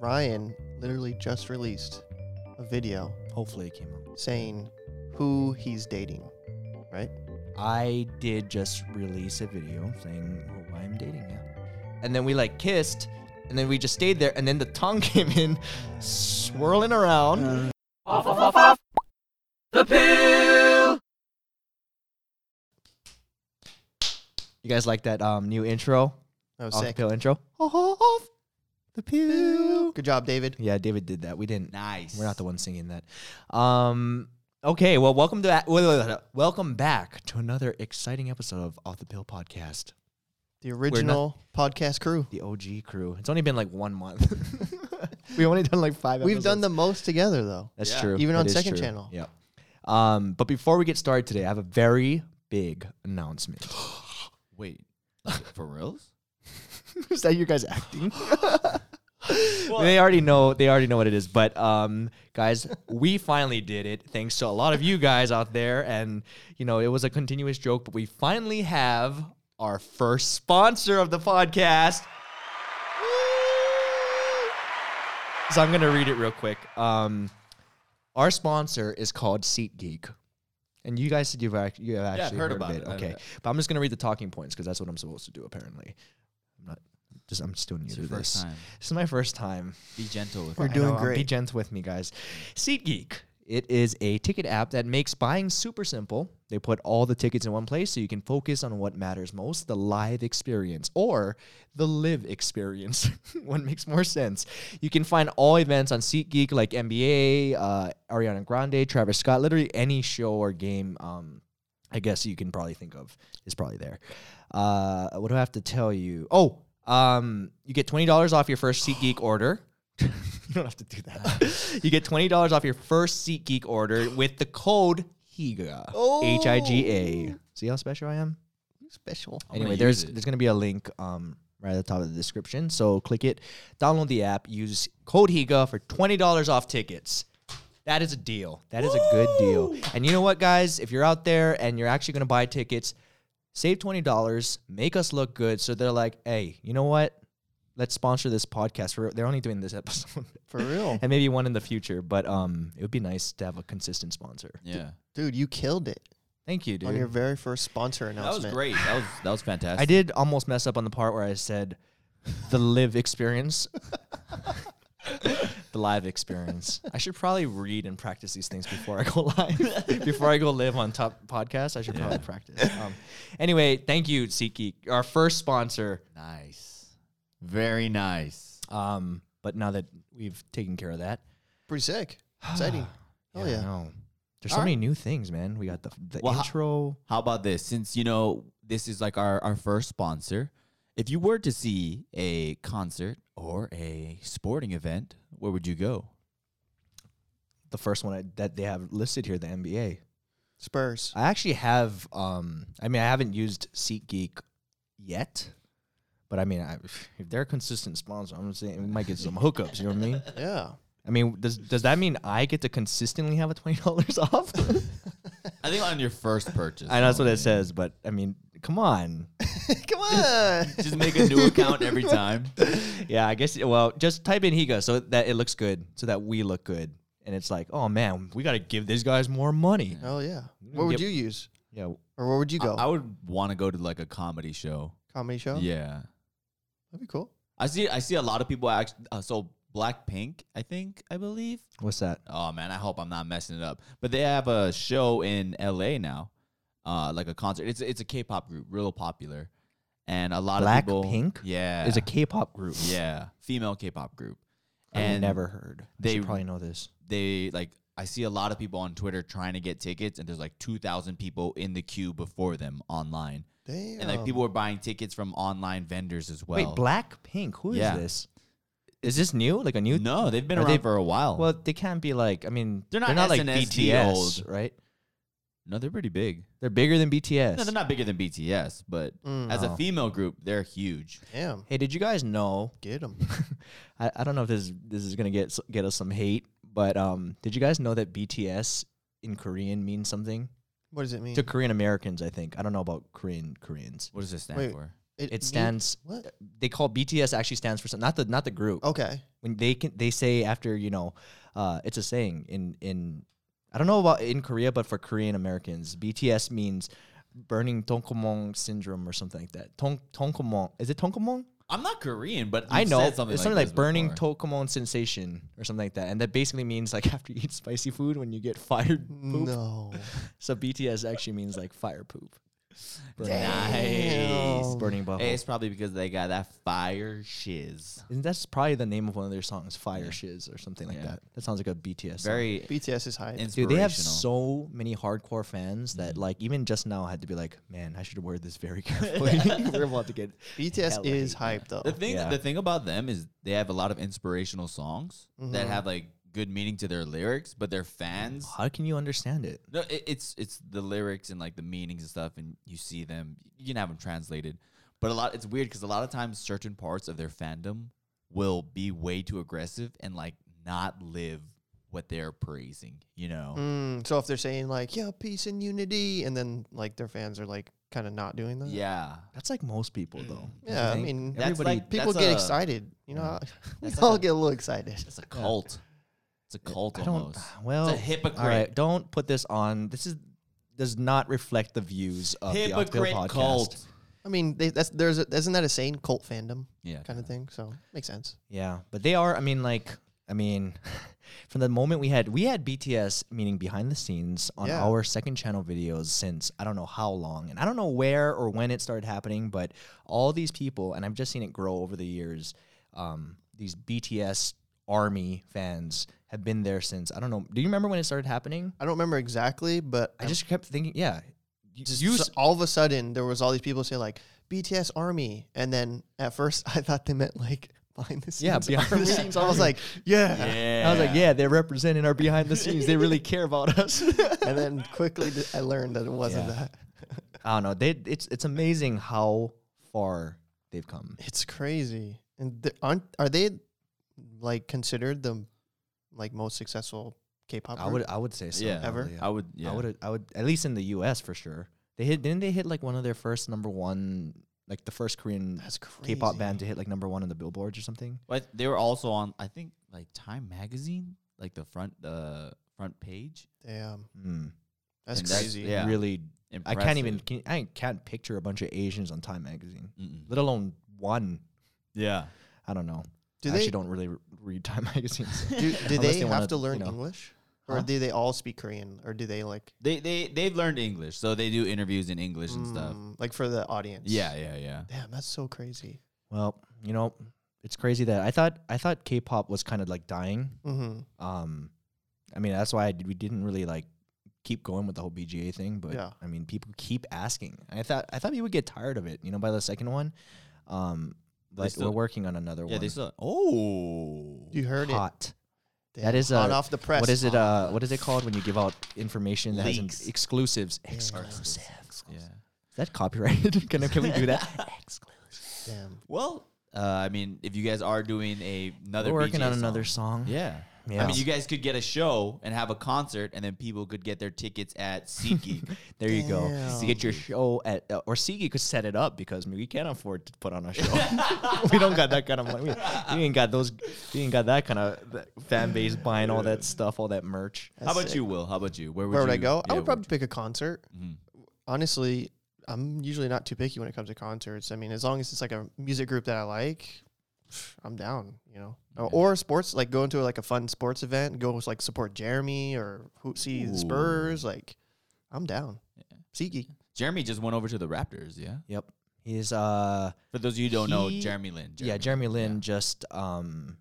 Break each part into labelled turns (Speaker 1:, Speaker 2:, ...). Speaker 1: Ryan literally just released a video
Speaker 2: Hopefully it came out.
Speaker 1: saying who he's dating, right?
Speaker 2: I did just release a video saying who I'm dating now. And then we like kissed, and then we just stayed there, and then the tongue came in, swirling around. You guys like that um, new intro?
Speaker 1: That was
Speaker 2: Off the
Speaker 1: sick.
Speaker 2: pill intro? Off the pill.
Speaker 1: Good job, David.
Speaker 2: Yeah, David did that. We didn't.
Speaker 3: Nice.
Speaker 2: We're not the ones singing that. Um, okay, well, welcome to wait, wait, wait, wait. welcome back to another exciting episode of Off the Pill podcast.
Speaker 1: The original podcast crew.
Speaker 2: The OG crew. It's only been like one month. We've only done like five.
Speaker 1: We've done
Speaker 2: episodes.
Speaker 1: the most together, though.
Speaker 2: That's
Speaker 3: Yeah.
Speaker 2: true.
Speaker 1: Even
Speaker 2: That
Speaker 1: on
Speaker 2: is
Speaker 1: second
Speaker 2: true.
Speaker 1: channel.
Speaker 2: Yep. Um, but before we get started today, I have a very big announcement.
Speaker 3: Wait, like, for reals?
Speaker 2: is that you guys acting? they already know. They already know what it is. But um, guys, we finally did it. Thanks to a lot of you guys out there, and you know it was a continuous joke, but we finally have our first sponsor of the podcast. So I'm gonna read it real quick. Um, our sponsor is called SeatGeek. And you guys said you've ac- you have
Speaker 3: I've
Speaker 2: actually
Speaker 3: heard
Speaker 2: heard,
Speaker 3: about
Speaker 2: of it.
Speaker 3: it. I-
Speaker 2: Okay.
Speaker 3: I-
Speaker 2: But I'm just gonna read the talking points because that's what I'm supposed to do apparently. I'm not just I'm still new
Speaker 3: It's
Speaker 2: to
Speaker 3: your
Speaker 2: this.
Speaker 3: first time.
Speaker 2: This is my first time.
Speaker 3: Be gentle with
Speaker 1: We're
Speaker 3: it.
Speaker 2: I
Speaker 1: doing
Speaker 2: know, um, Be
Speaker 1: great.
Speaker 2: gentle with me, guys. SeatGeek. It is a ticket app that makes buying super simple. They put all the tickets in one place so you can focus on what matters most the live experience or the live experience. what makes more sense? You can find all events on SeatGeek like NBA, uh, Ariana Grande, Travis Scott, literally any show or game. Um, I guess you can probably think of is probably there. Uh, what do I have to tell you? Oh, um, you get twenty dollars off your first SeatGeek order. you don't have to do that. you get twenty dollars off your first SeatGeek order with the code HIGA.
Speaker 1: Oh.
Speaker 2: H I G A. See how special I am.
Speaker 1: Special.
Speaker 3: I'm gonna
Speaker 2: Anyway,
Speaker 3: use
Speaker 2: there's
Speaker 3: it.
Speaker 2: there's gonna be a link um right at the top of the description. So click it, download the app, use code HIGA for twenty dollars off tickets. That is a deal. That is a good deal. And you know what, guys? If you're out there and you're actually gonna buy tickets, save twenty dollars, make us look good. So they're like, hey, you know what? Let's sponsor this podcast. We're, they're only doing this episode,
Speaker 1: For real.
Speaker 2: and maybe one in the future. But um, it would be nice to have a consistent sponsor.
Speaker 3: Yeah.
Speaker 1: Dude, you killed it
Speaker 2: Thank you, dude.
Speaker 1: on your very first sponsor
Speaker 3: That was
Speaker 1: announcement.
Speaker 3: great. That was that was fantastic.
Speaker 2: I did almost mess up on the part where I said the live experience. the live experience. I should probably read and practice these things before I go live. before I go live on top podcast, I should probably practice. Um, anyway, thank you, SeatGeek, our first sponsor.
Speaker 3: Nice. Very nice.
Speaker 2: Um, but now that we've taken care of that,
Speaker 1: Pretty sick. Exciting. Oh,
Speaker 2: I
Speaker 1: yeah.
Speaker 2: know. There's
Speaker 3: All
Speaker 2: so
Speaker 3: right.
Speaker 2: many new things, man. We got the the
Speaker 3: Well, ho-
Speaker 2: intro.
Speaker 3: How about this? Since you know this is like our, our first sponsor, if you were to see a concert or a sporting event, where would you go?
Speaker 2: The first one I, that they have listed here, the NBA.
Speaker 1: Spurs.
Speaker 2: I actually have. Um, I mean, I haven't used SeatGeek yet, but I mean, I, if they're a consistent sponsor, I'm saying we might get some hookups. You know what I mean?
Speaker 1: Yeah.
Speaker 2: I mean, does does that mean I get to consistently have a twenty dollars off?
Speaker 3: I think on your first purchase.
Speaker 2: I know that's what it
Speaker 3: says.
Speaker 2: says, but I mean, come on.
Speaker 1: Come on.
Speaker 3: Just make a new account every time.
Speaker 2: Yeah, I guess. Well, just type in Higa so that it looks good, so that we look good, and it's like, oh man, we got to give these guys more money.
Speaker 1: Oh yeah. What would
Speaker 2: Yep.
Speaker 1: you use?
Speaker 2: Yeah,
Speaker 1: Or where would you
Speaker 3: I,
Speaker 1: go?
Speaker 3: Mm, I would want to go to like a comedy show.
Speaker 1: Comedy show?
Speaker 3: Yeah,
Speaker 1: That'd be cool.
Speaker 3: I see. I see a lot of people. Act, uh, so Blackpink, I think, I believe.
Speaker 2: what's that?
Speaker 3: Oh man, I hope I'm not messing it up. But they have a show in L.A. now, uh, like a concert. It's it's a K-pop group, real popular, and a lot of people.
Speaker 2: Blackpink
Speaker 3: yeah,
Speaker 2: It's a K-pop group.
Speaker 3: yeah female K-pop group,
Speaker 2: I've
Speaker 3: and
Speaker 2: never heard. They
Speaker 3: they-
Speaker 2: should probably know this.
Speaker 3: they like. I see a lot of people on Twitter trying to get tickets, and there's like two thousand people in the queue before them online.
Speaker 1: Damn.
Speaker 3: and like people were buying tickets from online vendors as well.
Speaker 2: Oh. Wait, Black Pink. Who is
Speaker 3: Yeah.
Speaker 2: this? Is this new? Like a new?
Speaker 3: No, they've been
Speaker 2: Are
Speaker 3: around
Speaker 2: they-
Speaker 3: for a while.
Speaker 2: Well, they can't be like. I mean,
Speaker 3: They're
Speaker 2: they're
Speaker 3: not
Speaker 2: not, like
Speaker 3: SNSD
Speaker 2: BTS,
Speaker 3: old.
Speaker 2: right?
Speaker 3: no, they're pretty big.
Speaker 2: They're bigger than BTS.
Speaker 3: No, they're not bigger than BTS, but
Speaker 1: Mm.
Speaker 3: as a
Speaker 2: Oh.
Speaker 3: female group, they're huge.
Speaker 1: Damn.
Speaker 2: Hey, did you guys know?
Speaker 1: Get them.
Speaker 2: I, I don't know if this this is gonna get s- get us some hate, but um, did you guys know that BTS in Korean means something
Speaker 1: What does it mean?
Speaker 3: Mm.
Speaker 2: to Korean Americans? I think I don't know about Korean Koreans.
Speaker 3: What does this stand
Speaker 1: Wait.
Speaker 3: for?
Speaker 2: It stands.
Speaker 1: What?
Speaker 2: They call BTS actually stands for some, not the not the group.
Speaker 1: Okay.
Speaker 2: When they can, they say after you know, uh, it's a saying in in, I don't know about in Korea, but for Korean Americans, BTS means burning tonkomong syndrome or something like that. Tong tonkomong is it tonkomong?
Speaker 3: I'm not Korean, but
Speaker 2: I
Speaker 3: you've
Speaker 2: know
Speaker 3: said
Speaker 2: it's something like,
Speaker 3: this
Speaker 2: burning
Speaker 3: before.
Speaker 2: Tokomon sensation or something like that, and that basically means like after you eat spicy food when you get fired poop.
Speaker 1: No.
Speaker 2: So BTS actually means like fire poop. Burning,
Speaker 3: Nice.
Speaker 1: Damn.
Speaker 2: burning bubble.
Speaker 3: Hey, it's probably because they got that fire shiz.
Speaker 2: Isn't that's probably the name of one of their songs, Fire Shiz or something like
Speaker 3: Yeah.
Speaker 2: that. That sounds like a BTS. song.
Speaker 3: Very
Speaker 1: BTS is hype.
Speaker 3: inspirational. Mm.
Speaker 2: Dude, they have so many hardcore fans that like even just now had to be like, man, I should wear this very carefully. We're about to get
Speaker 1: BTS
Speaker 2: hella
Speaker 1: is
Speaker 2: hate.
Speaker 1: hype though.
Speaker 3: The thing,
Speaker 2: Yeah.
Speaker 3: the thing about them is they have a lot of inspirational songs
Speaker 2: Mm-hmm.
Speaker 3: that have like good meaning to their lyrics, but their fans.
Speaker 2: How can you understand it?
Speaker 3: No, it, it's it's the lyrics and like the meanings and stuff, and you see them. You can have them translated, but a lot it's weird because a lot of times certain parts of their fandom will be way too aggressive and like not live what they're praising. You know,
Speaker 1: Mm, so if they're saying like, yeah, peace and unity, and then like their fans are like kind of not doing that.
Speaker 3: yeah,
Speaker 2: That's like most people though.
Speaker 3: Mm.
Speaker 1: Yeah, I
Speaker 2: think.
Speaker 1: mean,
Speaker 3: That's
Speaker 2: everybody
Speaker 3: like-
Speaker 1: People
Speaker 3: that's
Speaker 1: get
Speaker 3: a-
Speaker 1: excited. You know, we
Speaker 3: That's
Speaker 1: all
Speaker 3: like a-
Speaker 1: get a little excited.
Speaker 3: it's a cult. It's a cult
Speaker 2: I don't. ah,
Speaker 3: almost.
Speaker 2: Well,
Speaker 3: it's a hypocrite.
Speaker 2: All right, don't put this on. This is does not reflect the views of the Off Tail
Speaker 3: Hypocrite
Speaker 2: podcast.
Speaker 3: cult.
Speaker 1: I mean, they, that's there's a, isn't that a saying, cult fandom
Speaker 3: Yeah,
Speaker 1: kind of thing? So makes sense.
Speaker 2: Yeah, but they are. I mean, like, I mean, from the moment we had we had BTS meaning behind the scenes on
Speaker 1: Yeah.
Speaker 2: our second channel videos since I don't know how long, and I don't know where or when it started happening, but all these people, and I've just seen it grow over the years. Um, these BTS army fans have been there since I don't know. Do you remember when it started happening?
Speaker 1: I don't remember exactly, but
Speaker 2: I just kept thinking, yeah. you-
Speaker 1: Um, just
Speaker 2: you
Speaker 1: so-
Speaker 2: s-
Speaker 1: all of a sudden there was all these people say like BTS Army, and then at first I thought they meant like behind the scenes.
Speaker 2: Yeah, behind the
Speaker 1: army.
Speaker 2: scenes
Speaker 1: I was
Speaker 2: army.
Speaker 1: like, yeah.
Speaker 3: Yeah.
Speaker 2: I was like, yeah, they're representing our behind the scenes. They really care about us.
Speaker 1: And then quickly th- I learned that it wasn't
Speaker 2: Yeah.
Speaker 1: that.
Speaker 2: I don't know. They, it's it's amazing how far they've come.
Speaker 1: It's crazy. And th- aren't are they like considered the like most successful K-pop?
Speaker 2: I would I would say so.
Speaker 3: Yeah.
Speaker 1: Ever?
Speaker 2: probably, yeah.
Speaker 3: I would. Yeah.
Speaker 2: I would I would at least in the U.S. for sure. They hit didn't they hit like one of their first number one like the first Korean
Speaker 1: That's crazy.
Speaker 2: K-pop band to hit like number one on the billboards or something.
Speaker 3: But they were also on, I think, like Time Magazine, like the front, uh, front page.
Speaker 1: Damn,
Speaker 2: Mm,
Speaker 1: that's
Speaker 3: And that's-
Speaker 1: crazy.
Speaker 3: yeah.
Speaker 2: Really,
Speaker 3: Impressive.
Speaker 2: I can't even can, I can't picture a bunch of Asians on Time magazine,
Speaker 3: Mm-mm.
Speaker 2: let alone one.
Speaker 3: Yeah.
Speaker 2: I don't know.
Speaker 1: Do
Speaker 2: I
Speaker 1: they
Speaker 2: actually don't really re- read Time magazine.
Speaker 1: do,
Speaker 2: so-
Speaker 1: do
Speaker 2: unless
Speaker 1: they
Speaker 2: they wanna,
Speaker 1: have to
Speaker 2: you
Speaker 1: learn
Speaker 2: know.
Speaker 1: English, or
Speaker 2: Huh?
Speaker 1: do they all speak Korean, or do they like
Speaker 3: They they they've learned English, so they do interviews in English and stuff.
Speaker 1: mm, like for the audience?
Speaker 3: Yeah, yeah, yeah.
Speaker 1: Damn, that's so crazy.
Speaker 2: Well, you know, it's crazy that I thought I thought K-pop was kind of like dying.
Speaker 1: Mm-hmm.
Speaker 2: Um, I mean, that's why I did, we didn't really like keep going with the whole BGA thing. But
Speaker 1: Yeah.
Speaker 2: I mean, people keep asking. I thought I thought people would get tired of it, you know, by the second one. Um,
Speaker 3: They
Speaker 2: but
Speaker 3: still-
Speaker 2: we're working on another
Speaker 3: Yeah,
Speaker 2: one.
Speaker 3: they still. Oh.
Speaker 1: You heard it.
Speaker 2: Hot. that is
Speaker 1: hot
Speaker 2: a-
Speaker 1: off the press.
Speaker 2: What is it? Uh, what is it called when you give out information that has
Speaker 3: Leaks.
Speaker 2: an exclusives?
Speaker 1: Yeah.
Speaker 2: Exclusive.
Speaker 3: Yeah.
Speaker 2: Is that copyrighted? can, I- can we do that?
Speaker 1: Damn.
Speaker 3: Well, uh, I mean, if you guys are doing a another,
Speaker 2: we're working
Speaker 3: BTS
Speaker 2: on another
Speaker 3: song.
Speaker 2: song.
Speaker 3: Yeah.
Speaker 2: Yeah.
Speaker 3: I mean, you guys could get a show and have a concert, and then people could get their tickets at SeatGeek.
Speaker 2: There you go. So you
Speaker 1: Damn.
Speaker 2: get your show at, uh, or Sigi could set it up because I mean, we can't afford to put on a show. we don't got that kind of money. We, we ain't got those. We ain't got that kind of that fan base buying all that stuff, all that merch.
Speaker 3: How
Speaker 1: That's
Speaker 3: about
Speaker 1: sick.
Speaker 3: you, Will? How about you? Where would,
Speaker 1: Where would
Speaker 3: you,
Speaker 1: I go?
Speaker 3: yeah,
Speaker 1: I would
Speaker 3: where
Speaker 1: probably pick a concert.
Speaker 3: Mhm.
Speaker 1: Honestly, I'm usually not too picky when it comes to concerts. I mean, as long as it's like a music group that I like, I'm down. You know, Or- or sports like going to like a fun sports event, go with, like support Jeremy or who see the
Speaker 3: Ooh.
Speaker 1: Spurs. Like, I'm down. SeatGeek.
Speaker 3: Jeremy just went over to the Raptors, yeah.
Speaker 2: Yep. He's uh
Speaker 3: For those of you who don't know,
Speaker 2: He-
Speaker 3: Jeremy Lin.
Speaker 2: yeah Jeremy Lin just um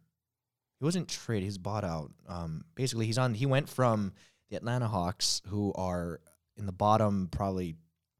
Speaker 2: he wasn't traded. He's bought out. Um, basically he's on. He went from the Atlanta Hawks, who are in the bottom probably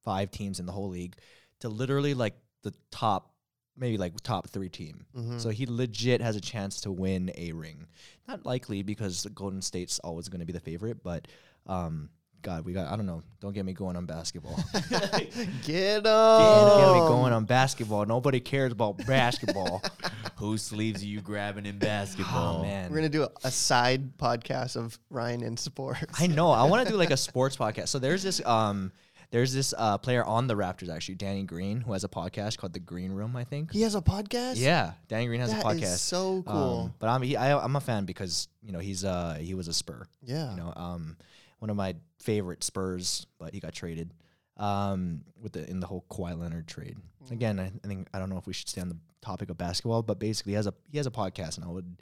Speaker 2: five teams in the whole league, to literally like the top maybe like top three team.
Speaker 1: Mm-hmm.
Speaker 2: So he legit has a chance to win a ring. Not likely because the Golden State's always going to be the favorite, but um, God, we got, I don't know. Don't get me going on basketball. Don't
Speaker 1: get him.
Speaker 2: get
Speaker 1: Oh.
Speaker 2: me going on basketball. Nobody cares about basketball.
Speaker 3: Who sleeves are you grabbing in basketball?
Speaker 2: oh, man.
Speaker 1: We're gonna do a, a side podcast of Ryan and sports.
Speaker 2: I know. I want to do like a sports podcast. So there's this um There's this uh, player on the Raptors actually, Danny Green, who has a podcast called The Green Room, I think.
Speaker 1: He has a podcast.
Speaker 2: Yeah, Danny Green has
Speaker 1: That
Speaker 2: a
Speaker 1: is
Speaker 2: podcast.
Speaker 1: so
Speaker 2: Um,
Speaker 1: cool.
Speaker 2: but I'm he, I, I'm a fan because you know he's uh he was a Spur.
Speaker 1: yeah.
Speaker 2: You know, um, one of my favorite Spurs, but he got traded. Um, with the in the whole Kawhi Leonard trade.
Speaker 1: Mm.
Speaker 2: Again, I, I think I don't know if we should stay on the topic of basketball, but basically he has a he has a podcast, and I would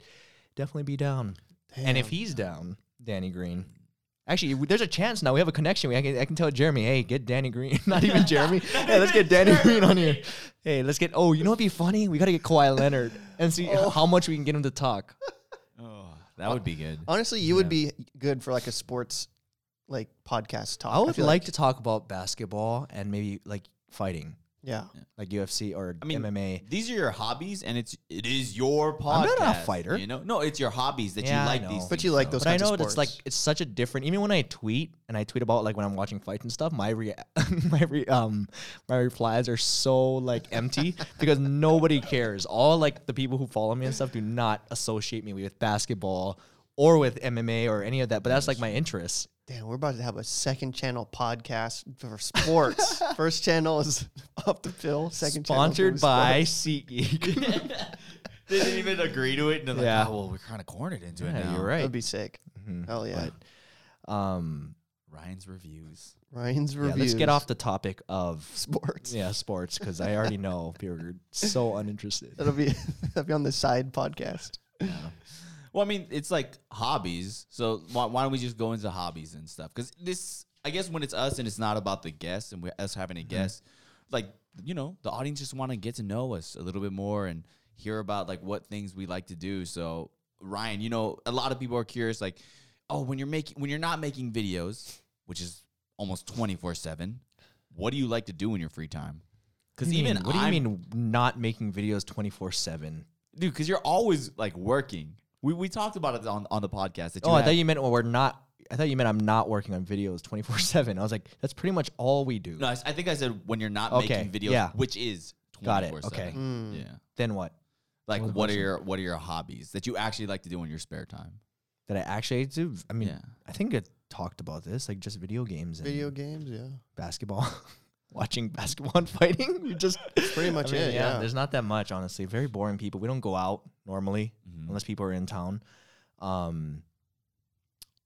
Speaker 2: definitely be down. And if
Speaker 1: Damn.
Speaker 2: he's down, Danny Green. Actually, w- there's a chance now. We have a connection. We, I, can, I can tell Jeremy, hey, get Danny Green. Not even Jeremy. hey, let's get Danny Green on here. Hey, let's get. Oh, you know what'd be funny? We got to get Kawhi Leonard and see
Speaker 1: Oh.
Speaker 2: h- how much we can get him to talk.
Speaker 3: Oh, that would be good.
Speaker 1: honestly, you would be good for like a sports like podcast talk.
Speaker 2: I would
Speaker 1: feel
Speaker 2: like to talk about basketball and maybe like fighting,
Speaker 1: yeah.
Speaker 2: like UFC or
Speaker 3: I mean,
Speaker 2: MMA.
Speaker 3: These are your hobbies, and it's it is your podcast.
Speaker 2: I'm not a fighter.
Speaker 3: you know. No, it's your hobbies that
Speaker 2: Yeah, I
Speaker 3: you like
Speaker 2: know.
Speaker 3: these.
Speaker 2: But
Speaker 3: things,
Speaker 1: you like
Speaker 3: though.
Speaker 1: those
Speaker 2: But I
Speaker 1: kinds of
Speaker 2: know it's like
Speaker 1: sports.
Speaker 2: it's such a different. Even when I tweet and I tweet about like when I'm watching fights and stuff, my re- my re- um my replies are so like empty because nobody cares. All like the people who follow me and stuff do not associate me with basketball or with MMA or any of that. But that's like my interest.
Speaker 1: Damn, we're about to have a second channel podcast for sports. First channel is off the pill. Second channel
Speaker 2: Sponsored
Speaker 1: is for
Speaker 2: by SeatGeek.
Speaker 3: they didn't even agree to it, and they're like,
Speaker 2: Yeah.
Speaker 3: "Oh, well, we're kind of cornered into it
Speaker 2: yeah,
Speaker 3: now."
Speaker 2: you're
Speaker 1: That'd
Speaker 2: right.
Speaker 1: be sick.
Speaker 2: Mhm.
Speaker 1: Hell yeah.
Speaker 2: But, um,
Speaker 3: Ryan's reviews.
Speaker 1: Ryan's
Speaker 2: yeah,
Speaker 1: reviews.
Speaker 2: let's get off the topic of
Speaker 1: sports.
Speaker 2: yeah sports because I already know people are so uninterested.
Speaker 1: That'll be that'll be on the side podcast.
Speaker 3: Well, I mean, it's like hobbies. So why, why don't we just go into hobbies and stuff? Because this, I guess, when it's us and it's not about the guests and we're us having a
Speaker 2: Mm-hmm.
Speaker 3: guest, like you know, the audience just want to get to know us a little bit more and hear about like what things we like to do. So Ryan, you know, a lot of people are curious, like, oh, when you're making when you're not making videos, which is almost twenty four seven, what do you like to do in your free time? Because
Speaker 2: do you
Speaker 3: even
Speaker 2: mean- what do you
Speaker 3: I'm-
Speaker 2: mean not making videos 24 7
Speaker 3: dude? Because you're always like working. We, we talked about it on, on the podcast. That
Speaker 2: oh
Speaker 3: you
Speaker 2: i
Speaker 3: have-
Speaker 2: thought you meant well, we're not i thought you meant i'm not working on videos 24 7 i was like that's pretty much all we do
Speaker 3: No, I, s- I think I said when you're not
Speaker 2: Okay,
Speaker 3: making videos,
Speaker 2: yeah.
Speaker 3: which is 24/7.
Speaker 2: Got it, okay.
Speaker 1: Mm.
Speaker 3: Yeah.
Speaker 2: then what
Speaker 3: Like
Speaker 2: What was
Speaker 3: what,
Speaker 2: the
Speaker 3: are
Speaker 2: question?
Speaker 3: your what are your hobbies that you actually like to do in your spare time?
Speaker 2: that i actually do i mean
Speaker 3: Yeah.
Speaker 2: i think i talked about this like just video games and
Speaker 1: Video games, yeah.
Speaker 2: basketball watching basketball and fighting you just
Speaker 1: Pretty much
Speaker 2: I mean,
Speaker 1: it, yeah.
Speaker 2: There's not that much, honestly. Very boring people. We don't go out normally
Speaker 3: Mhm.
Speaker 2: unless people are in town. Um,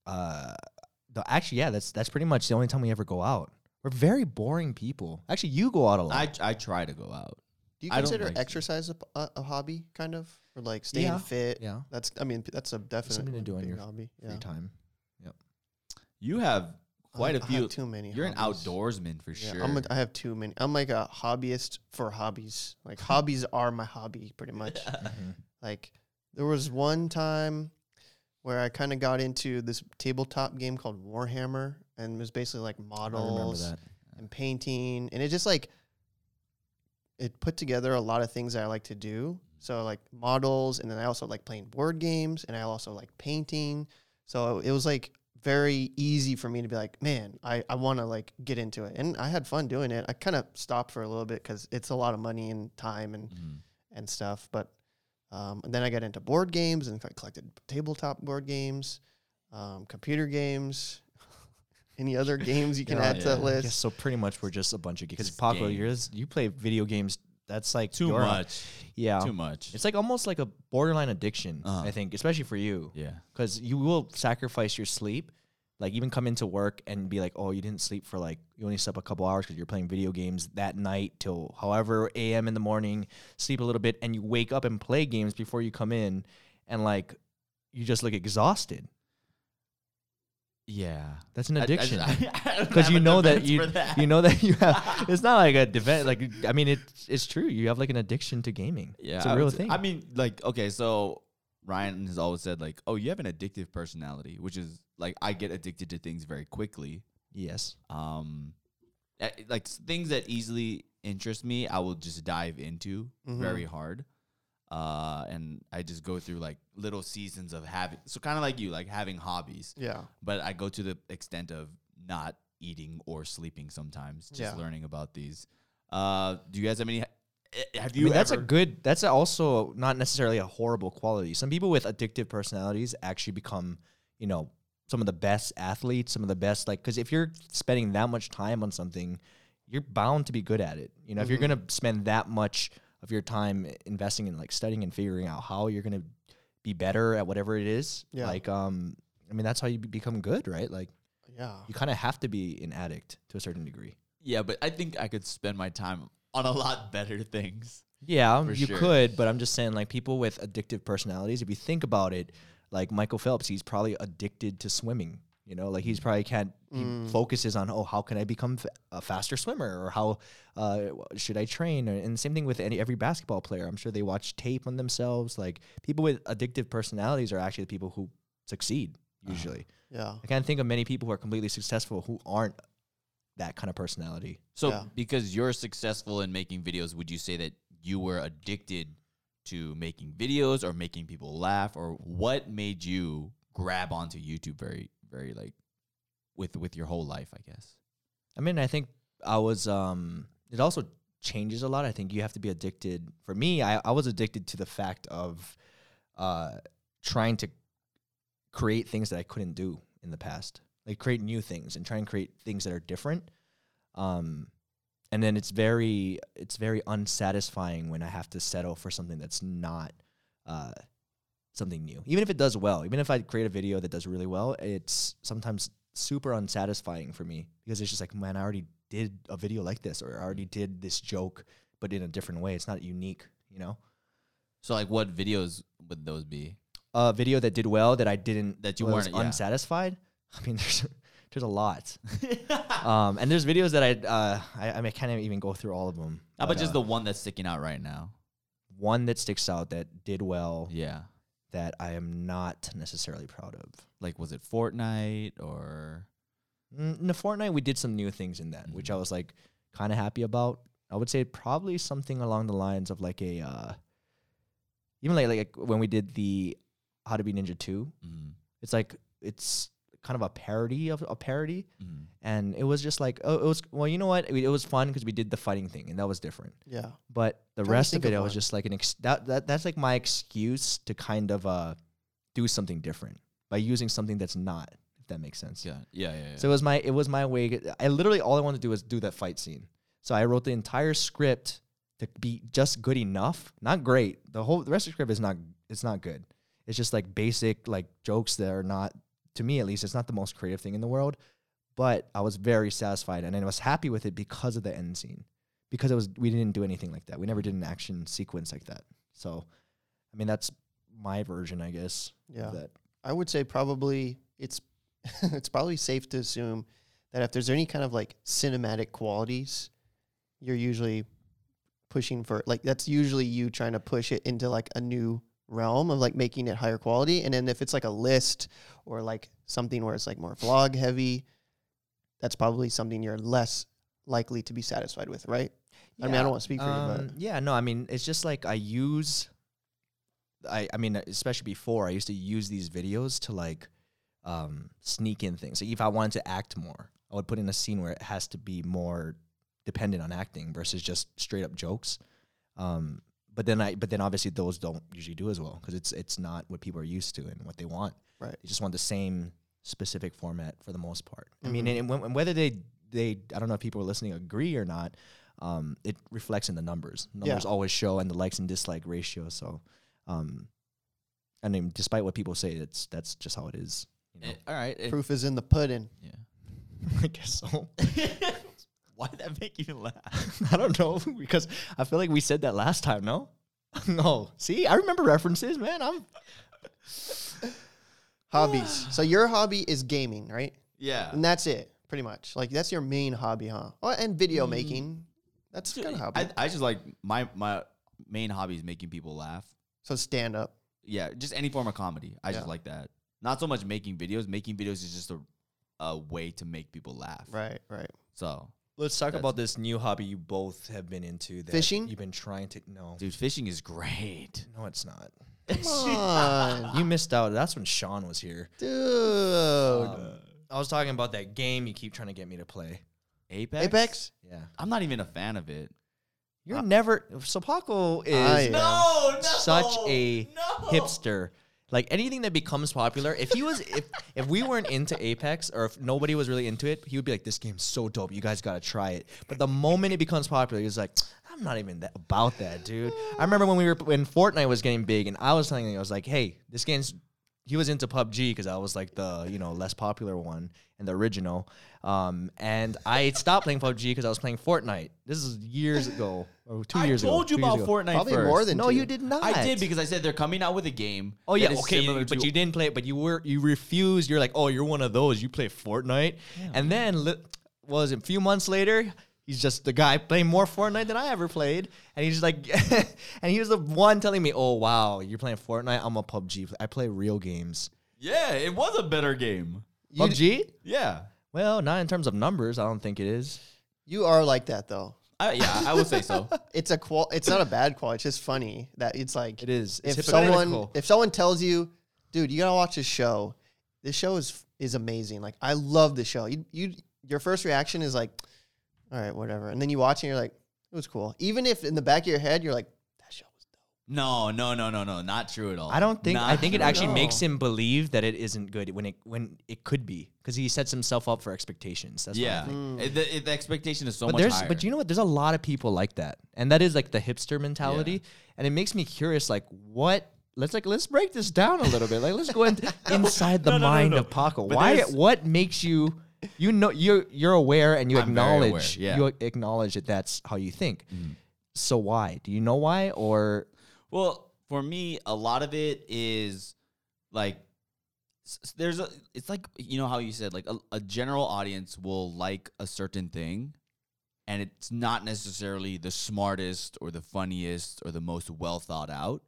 Speaker 2: uh, the, actually, yeah, that's that's pretty much the only time we ever go out. We're very boring people. Actually, you go out a lot.
Speaker 3: I I try to go out.
Speaker 1: Do you
Speaker 3: I don't
Speaker 1: consider
Speaker 3: like-
Speaker 1: exercise a, p- a- a hobby, kind of, or like staying
Speaker 2: Yeah.
Speaker 1: fit?
Speaker 2: yeah,
Speaker 1: That's, I mean, p- that's a definite
Speaker 2: something to do on
Speaker 1: big
Speaker 2: your
Speaker 1: hobby. Yeah.
Speaker 2: free time.
Speaker 3: You have quite
Speaker 1: I
Speaker 3: a
Speaker 1: have
Speaker 3: few.
Speaker 1: too many.
Speaker 3: You're an
Speaker 1: hobbies.
Speaker 3: outdoorsman for
Speaker 1: Yeah,
Speaker 3: sure.
Speaker 1: I'm a, I have too many. I'm like a hobbyist for hobbies. Like hobbies are my hobby, pretty much.
Speaker 2: Mhm.
Speaker 1: Like there was one time where I kind of got into this tabletop game called Warhammer, and it was basically like
Speaker 2: I remember
Speaker 1: models
Speaker 2: that.
Speaker 1: and painting, and it just like it put together a lot of things that I like to do. So like models, and then I also like playing board games, and I also like painting. So it was like very easy for me to be like, man, I, I want to like get into it, and I had fun doing it. I kind of stopped for a little bit because it's a lot of money and time and
Speaker 3: Mhm.
Speaker 1: and stuff. But um, and then I got into board games and I collected tabletop board games, um, computer games, any other games you can
Speaker 2: Yeah,
Speaker 1: add to that
Speaker 3: yeah.
Speaker 2: I guess
Speaker 1: list.
Speaker 2: so. Pretty much, we're just a bunch of because
Speaker 3: Just
Speaker 2: Paco,
Speaker 3: games.
Speaker 2: you're you play video games. That's like
Speaker 3: Too
Speaker 2: your-
Speaker 3: much.
Speaker 2: Yeah,
Speaker 3: Too much.
Speaker 2: it's like almost like a borderline addiction.
Speaker 3: Uh-huh.
Speaker 2: I think, especially for you.
Speaker 3: yeah.
Speaker 2: because you will sacrifice your sleep like even come into work and be like oh you didn't sleep for like you only slept a couple hours because you're playing video games that night till however am in the morning sleep a little bit and you wake up and play games before you come in and like you just look exhausted
Speaker 3: Yeah.
Speaker 2: that's an
Speaker 3: I- I just-
Speaker 2: addiction
Speaker 3: I don't
Speaker 2: because
Speaker 3: have
Speaker 2: you
Speaker 3: a
Speaker 2: know that
Speaker 3: defense
Speaker 2: you
Speaker 3: for that.
Speaker 2: you know that you have it's not like a defense like i mean it's it's true you have like an addiction to gaming
Speaker 3: Yeah,
Speaker 2: it's a
Speaker 3: I
Speaker 2: real
Speaker 3: would say-
Speaker 2: thing
Speaker 3: I mean, like, okay, so Ryan has always said, like, oh, you have an addictive personality, which is like I get addicted to things very quickly.
Speaker 2: yes
Speaker 3: um uh, like s- things that easily interest me i will just dive into
Speaker 2: Mm-hmm.
Speaker 1: Mhm.
Speaker 3: very hard uh and i just go through like little seasons of having so kind of like you like having hobbies
Speaker 1: Yeah,
Speaker 3: but i go to the extent of not eating or sleeping sometimes just
Speaker 1: Yeah.
Speaker 3: learning about these uh do you guys have any eh, have
Speaker 2: I
Speaker 3: you
Speaker 2: mean, that's a
Speaker 3: ever-
Speaker 2: good. That's also not necessarily a horrible quality. Some people with addictive personalities actually become, you know, some of the best athletes, some of the best like because if you're spending that much time on something, you're bound to be good at it. You know, if you're
Speaker 3: Mm-hmm.
Speaker 2: gonna spend that much of your time i- investing in like studying and figuring out how you're gonna be better at whatever it is,
Speaker 1: Yeah.
Speaker 2: like um, I mean that's how you be- become good, right? Like
Speaker 1: Yeah.
Speaker 2: you kind of have to be an addict to a certain degree.
Speaker 3: Yeah, but I think I could spend my time on a lot better things.
Speaker 2: Yeah, um,
Speaker 3: For
Speaker 2: you
Speaker 3: sure.
Speaker 2: could, but I'm just saying, like people with addictive personalities, if you think about it, like Michael Phelps, he's probably addicted to swimming. You know, like
Speaker 3: Mm.
Speaker 2: he's probably can't. He focuses on, oh, how can I become f- a faster swimmer, or how uh, w- should I train? And the same thing with any every basketball player. I'm sure they watch tape on themselves. Like people with addictive personalities are actually the people who succeed
Speaker 3: Ah.
Speaker 2: usually.
Speaker 1: Yeah.
Speaker 2: I can't think of many people who are completely successful who aren't that kind of personality.
Speaker 3: So,
Speaker 1: Yeah.
Speaker 3: because you're successful in making videos, would you say that you were addicted to making videos or making people laugh, or what made you grab onto YouTube very, very like with with your whole life? I guess.
Speaker 2: I mean, I think I was. Um, it also changes a lot. I think you have to be addicted. For me, I, I was addicted to the fact of uh, trying to create things that I couldn't do in the past, like create new things and try and create things that are different. Um, and then it's very it's very unsatisfying when I have to settle for something that's not uh, something new. Even if it does well, even if I create a video that does really well, it's sometimes super unsatisfying for me because it's just like, man, I already did a video like this or I already did this joke, but in a different way. It's not unique, you know?
Speaker 3: So, like, what videos would those be?
Speaker 2: A video that did well that I didn't,
Speaker 3: That you
Speaker 2: was
Speaker 3: weren't- yeah.
Speaker 2: unsatisfied. I mean, there's, there's a lot. um, and there's videos that I, uh, I, I mean, I can't even go through all of them.
Speaker 3: How about
Speaker 2: uh,
Speaker 3: just the one that's sticking out right now?
Speaker 2: one that sticks out that did well
Speaker 3: Yeah,
Speaker 2: that I am not necessarily proud of?
Speaker 3: like was it Fortnite or?
Speaker 2: Mm, In the Fortnite, we did some new things in that,
Speaker 1: Mm-hmm.
Speaker 2: which I was like kind of happy about. I would say probably something along the lines of like a, uh, even like like when we did the How to Be Ninja Two,
Speaker 3: Mm,
Speaker 2: it's like it's kind of a parody of a parody,
Speaker 3: mm.
Speaker 2: and it was just like oh it was well you know what it was fun because we did the fighting thing and that was different,
Speaker 1: Yeah.
Speaker 2: but the
Speaker 1: Trying to
Speaker 2: rest of
Speaker 1: think of
Speaker 2: it I was
Speaker 1: one.
Speaker 2: just like an ex- that, that that's like my excuse to kind of uh do something different by using something that's not if that makes sense.
Speaker 3: Yeah, yeah, yeah. yeah.
Speaker 2: So it was my it was my way. I literally all I wanted to do was do that fight scene. So I wrote the entire script to be just good enough, not great. The whole the rest of the script is not it's not good. It's just like basic like jokes that are not to me at least. It's not the most creative thing in the world, but I was very satisfied and I was happy with it because of the end scene. Because it was we didn't do anything like that. We never did an action sequence like that. So I mean that's my version, I guess.
Speaker 1: Yeah.
Speaker 2: Of that.
Speaker 1: I would say probably it's it's probably safe to assume that if there's any kind of like cinematic qualities, you're usually pushing for like that's usually you trying to push it into like a new realm of like making it higher quality. And then if it's like a list or like something where it's like more vlog heavy, that's probably something you're less likely to be satisfied with, right? I mean, I don't want to speak for you,
Speaker 2: Um, yeah, no, I mean, it's just like I use, I, I mean, especially before I used to use these videos to like um, sneak in things. So if I wanted to act more, I would put in a scene where it has to be more dependent on acting versus just straight up jokes. Um, but then I, but then obviously those don't usually do as well because it's it's not what people are used to and what they want.
Speaker 1: Right.
Speaker 2: They just want the same specific format for the most part. I mean,
Speaker 1: Mhm.
Speaker 2: and, and wh- whether they they I don't know if people listening agree or not, um, it reflects in the numbers. Numbers always show, and the likes and dislike ratio. So, um, I mean, despite what people say, that's that's just how it is. You know?
Speaker 3: Eh, all right.
Speaker 1: but
Speaker 3: eh,
Speaker 1: proof is in the pudding.
Speaker 3: yeah.
Speaker 2: I guess so.
Speaker 3: Why did that make you laugh?
Speaker 2: I don't know because I feel like we said that last time. No, no. See, I remember references, man. I'm
Speaker 1: Hobbies. so your hobby is gaming, right?
Speaker 3: Yeah.
Speaker 1: And that's it, pretty much. Like that's your main hobby, huh? Oh, and video
Speaker 2: Mm-hmm.
Speaker 1: making. That's
Speaker 3: Dude,
Speaker 1: kind of hobby.
Speaker 3: I, I just like my my main hobby is making people laugh.
Speaker 1: so stand up.
Speaker 3: Yeah, just any form of comedy. I just
Speaker 1: Yeah.
Speaker 3: like that. Not so much making videos. Making videos is just a a way to make people laugh.
Speaker 1: Right, right.
Speaker 3: So,
Speaker 2: Let's talk
Speaker 3: That's-
Speaker 2: about this new hobby you both have been into. That
Speaker 1: Fishing?
Speaker 2: You've been trying to no,
Speaker 3: dude, fishing is great.
Speaker 2: no, it's not.
Speaker 1: Come on,
Speaker 2: You missed out. That's when Sean was here.
Speaker 1: dude.
Speaker 2: Um, I was talking about that game you keep trying to get me to play.
Speaker 3: Apex.
Speaker 1: Apex.
Speaker 2: Yeah,
Speaker 3: I'm not even a fan of it.
Speaker 2: you're never. Sopaco
Speaker 1: I
Speaker 2: is
Speaker 1: am. No,
Speaker 2: such a hipster. Like anything that becomes popular, if he was if if we weren't into Apex or if nobody was really into it, he would be like, "This game's so dope, you guys gotta try it." But the moment it becomes popular, he's like, "I'm not even that about that, dude." I remember when we were when Fortnite was getting big, and I was telling him, I was like, "Hey, this game's." He was into PUBG because I was like the you know less popular one and the original, um, and I stopped playing PUBG because I was playing Fortnite. This is years ago or two
Speaker 3: I
Speaker 2: years ago.
Speaker 3: told you
Speaker 2: two years
Speaker 3: about
Speaker 2: ago.
Speaker 3: Fortnite
Speaker 1: Probably
Speaker 3: first.
Speaker 1: more than
Speaker 2: No,
Speaker 1: two.
Speaker 2: you did not.
Speaker 3: I did because I said they're coming out with a game.
Speaker 2: Oh
Speaker 3: that
Speaker 2: yeah,
Speaker 3: is
Speaker 2: okay,
Speaker 3: similar
Speaker 2: you- but
Speaker 3: to-
Speaker 2: you didn't play it. But you were you refused. You're like, oh, you're one of those. You play Fortnite, and then li- was it a few months later. He's just the guy playing more Fortnite than I ever played, and he's just like, and he was the one telling me, "Oh wow, you're playing Fortnite. I'm a PUBG. pl- I play real games.
Speaker 3: Yeah, it was a better game.
Speaker 1: You, d-
Speaker 2: PUBG?
Speaker 3: Yeah.
Speaker 2: Well, not in terms of numbers. I don't think it is.
Speaker 1: you are like that though.
Speaker 3: I, yeah, I would say so.
Speaker 1: It's a qual. It's not a bad qual. It's just funny that it's like
Speaker 2: It is. It's
Speaker 1: If someone
Speaker 2: hypocritical.
Speaker 1: if someone tells you, dude, you gotta watch this show. This show is is amazing. Like I love this show. You you your first reaction is like, all right, whatever, and then you watch it and you're like, it was cool. Even if in the back of your head you're like, that show was dope.
Speaker 3: No, no, no, no, no. Not true at all.
Speaker 2: I don't think. I
Speaker 3: Not
Speaker 2: think it
Speaker 3: true at
Speaker 2: actually
Speaker 3: all.
Speaker 2: makes him believe that it isn't good when it when it could be because he sets himself up for expectations. That's what I
Speaker 3: Yeah.
Speaker 2: think.
Speaker 3: It- the, it- the expectation is so
Speaker 2: but
Speaker 3: much
Speaker 2: there's
Speaker 3: higher.
Speaker 2: but you know what there's a lot of people like that and that is like the hipster mentality and it makes me curious like what let's like let's break this down a little bit like let's go in, inside the
Speaker 3: No, no, no,
Speaker 2: mind
Speaker 3: no.
Speaker 2: of paco
Speaker 3: But
Speaker 2: why
Speaker 3: there's-
Speaker 2: what makes you you know you're you're aware and you
Speaker 3: I'm very aware,
Speaker 2: acknowledge
Speaker 3: yeah. Mm-hmm.
Speaker 2: you acknowledge that that's how you think so why do you know why or
Speaker 3: Well, for me, a lot of it is like s- s- there's a. It's like you know how you said like a, a general audience will like a certain thing, and it's not necessarily the smartest or the funniest or the most well thought out,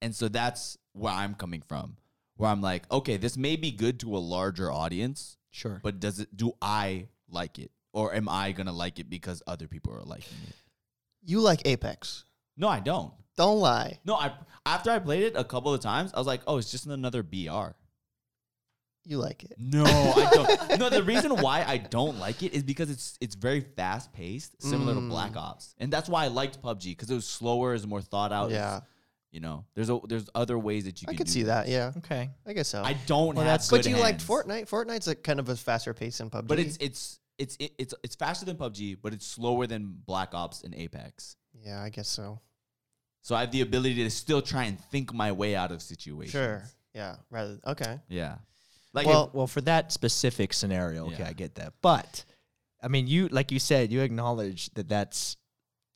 Speaker 3: and so that's where I'm coming from. Where I'm like, okay, this may be good to a larger audience,
Speaker 2: sure
Speaker 3: but does it? Do I like it, or am I gonna like it because other people are liking it?
Speaker 1: You like Apex?
Speaker 3: No, I don't.
Speaker 1: Don't lie.
Speaker 3: No, I after I played it a couple of times, I was like, oh, it's just another BR.
Speaker 1: You like it?
Speaker 3: No, I don't. no, the reason why I don't like it is because it's it's very fast paced, similar
Speaker 1: Mm.
Speaker 3: to Black Ops, and that's why I liked PUBG because it was slower, is more thought out. it's-
Speaker 1: Yeah.
Speaker 3: you know, there's a, there's other ways that you
Speaker 1: I
Speaker 3: can
Speaker 1: could
Speaker 3: do
Speaker 1: see that. Yeah,
Speaker 2: okay
Speaker 1: I guess so.
Speaker 3: I don't
Speaker 2: Well,
Speaker 3: have
Speaker 2: that's-
Speaker 3: good
Speaker 1: but you liked
Speaker 3: hands.
Speaker 1: Fortnite. Fortnite's a kind of a faster pace than PUBG.
Speaker 3: but it's it's it's it- it's it's faster than PUBG, but it's slower than Black Ops and Apex.
Speaker 1: yeah, I guess so.
Speaker 3: So I have the ability to still try and think my way out of situations.
Speaker 1: Sure. Yeah. Rather. Okay.
Speaker 3: Yeah. Like
Speaker 2: well,
Speaker 1: Well-
Speaker 2: well, for that specific scenario, okay,
Speaker 3: Yeah.
Speaker 2: I get that. But I mean, you like you said, you acknowledge that that's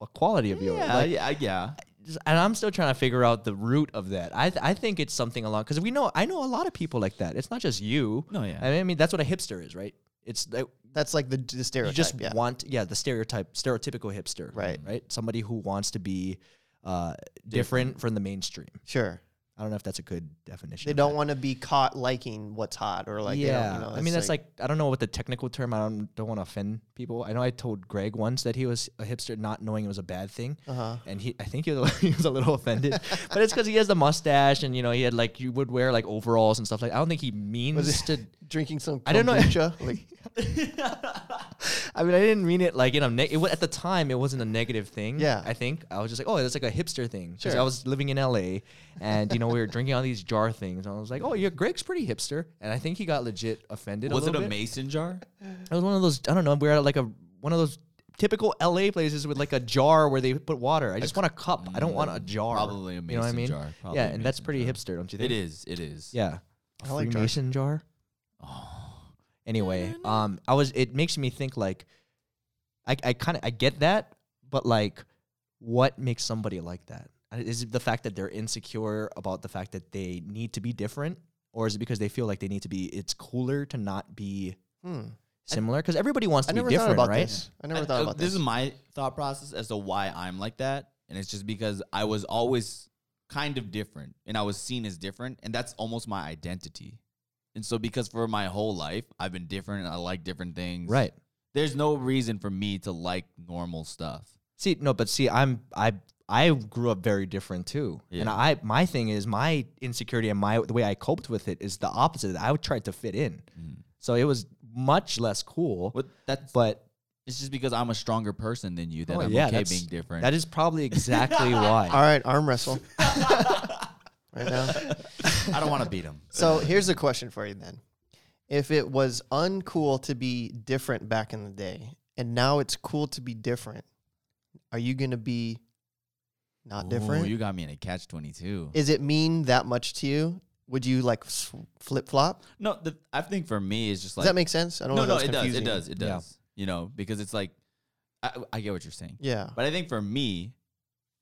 Speaker 2: a quality of
Speaker 3: if-
Speaker 2: yours.
Speaker 3: yeah,
Speaker 2: Like,
Speaker 3: yeah, yeah.
Speaker 2: just- and I'm still trying to figure out the root of that. I th- I think it's something along because we know I know a lot of people like that. It's not just you.
Speaker 3: No, yeah.
Speaker 2: I mean, I mean that's what a hipster is, right? It's like
Speaker 1: That's like the, the
Speaker 2: you
Speaker 1: stereotype.
Speaker 2: just
Speaker 1: yeah.
Speaker 2: want yeah the stereotype stereotypical hipster,
Speaker 1: Right.
Speaker 2: Right, somebody who wants to be uh, different from the mainstream.
Speaker 1: Sure.
Speaker 2: I don't know if that's a good definition.
Speaker 1: They
Speaker 2: of that.
Speaker 1: don't want to be caught liking what's hot or like. they don't,
Speaker 2: yeah,
Speaker 1: you know,
Speaker 2: I mean that's like, I don't know what the technical term. I don't don't want to offend people. I know I told Greg once that he was a hipster, not knowing it was a bad thing,
Speaker 1: Uh-huh.
Speaker 2: and he I think he was, he was a little offended, but it's because he has the mustache and you know he had like you would wear like overalls and stuff like. I don't think he means to.
Speaker 1: drinking some.
Speaker 2: I don't know.
Speaker 1: kombucha, like,
Speaker 2: I mean, I didn't mean it like in a. Ne- it wa- at the time, it wasn't a negative thing.
Speaker 1: Yeah.
Speaker 2: I think I was just like, oh, that's like a hipster thing. 'Cause
Speaker 1: Sure.
Speaker 2: I was living in LA, and you know we were drinking all these jar things, and I was like, oh, yeah, Greg's pretty hipster, and I think he got legit offended.
Speaker 3: Was
Speaker 2: a
Speaker 3: it a
Speaker 2: little bit.
Speaker 3: mason jar?
Speaker 2: It was one of those. I don't know. We were at like a one of those typical LA places with like a jar where they put water. I just want a cup. I don't want a jar.
Speaker 3: Mm, Probably a
Speaker 2: You know what I
Speaker 3: mason
Speaker 2: mean?
Speaker 3: jar. Probably
Speaker 2: yeah,
Speaker 3: a
Speaker 2: and that's
Speaker 3: mason
Speaker 2: pretty
Speaker 3: jar.
Speaker 2: hipster, don't you think?
Speaker 3: It is. It is.
Speaker 2: Yeah. A
Speaker 1: I like jars.
Speaker 2: Freemason jar.
Speaker 3: Oh.
Speaker 2: Anyway, um, I was. It makes me think like, I I kind of I get that, but like, what makes somebody like that? Uh, Is it the fact that they're insecure about the fact that they need to be different, or is it because they feel like they need to be? It's cooler to not be
Speaker 1: hmm.
Speaker 2: similar because everybody wants
Speaker 1: I
Speaker 2: to
Speaker 1: never
Speaker 2: be
Speaker 1: thought
Speaker 2: different,
Speaker 1: about
Speaker 2: right?
Speaker 1: this. I
Speaker 3: I-
Speaker 1: never thought
Speaker 3: uh,
Speaker 1: about
Speaker 3: this.
Speaker 1: this.
Speaker 3: is my thought process as to why I'm like that, and it's just because I was always kind of different, and I was seen as different, and that's almost my identity. And so, because for my whole life I've been different, and I like different things.
Speaker 2: Right.
Speaker 3: There's no reason for me to like normal stuff.
Speaker 2: See, no, but see, I'm I I grew up very different too, and
Speaker 3: Yeah.
Speaker 2: I my thing is my insecurity and my the way I coped with it is the opposite. I would try to fit in,
Speaker 1: Mm.
Speaker 2: so it was much less cool.
Speaker 3: But that's
Speaker 2: but
Speaker 3: it's just because I'm a stronger person than you that
Speaker 2: oh,
Speaker 3: I'm
Speaker 2: yeah,
Speaker 3: okay
Speaker 2: that's
Speaker 3: being different.
Speaker 2: That is probably exactly why.
Speaker 1: All right, arm wrestle. right now.
Speaker 3: I don't want to beat him.
Speaker 1: So here's a question for you then. If it was uncool to be different back in the day and now it's cool to be different, are you going to be not different?
Speaker 3: You got me in a catch twenty two.
Speaker 1: Is it mean that much to you? Would you like flip flop?
Speaker 3: No, the, I think for me it's just
Speaker 1: Does
Speaker 3: like
Speaker 1: that make sense? I don't
Speaker 3: no,
Speaker 1: know.
Speaker 3: no,
Speaker 1: if
Speaker 3: it
Speaker 1: that was
Speaker 3: does,
Speaker 1: confusing.
Speaker 3: it does, it
Speaker 2: Yeah.
Speaker 3: does. You know, because it's like I, I get what you're saying,
Speaker 1: Yeah.
Speaker 3: but I think for me,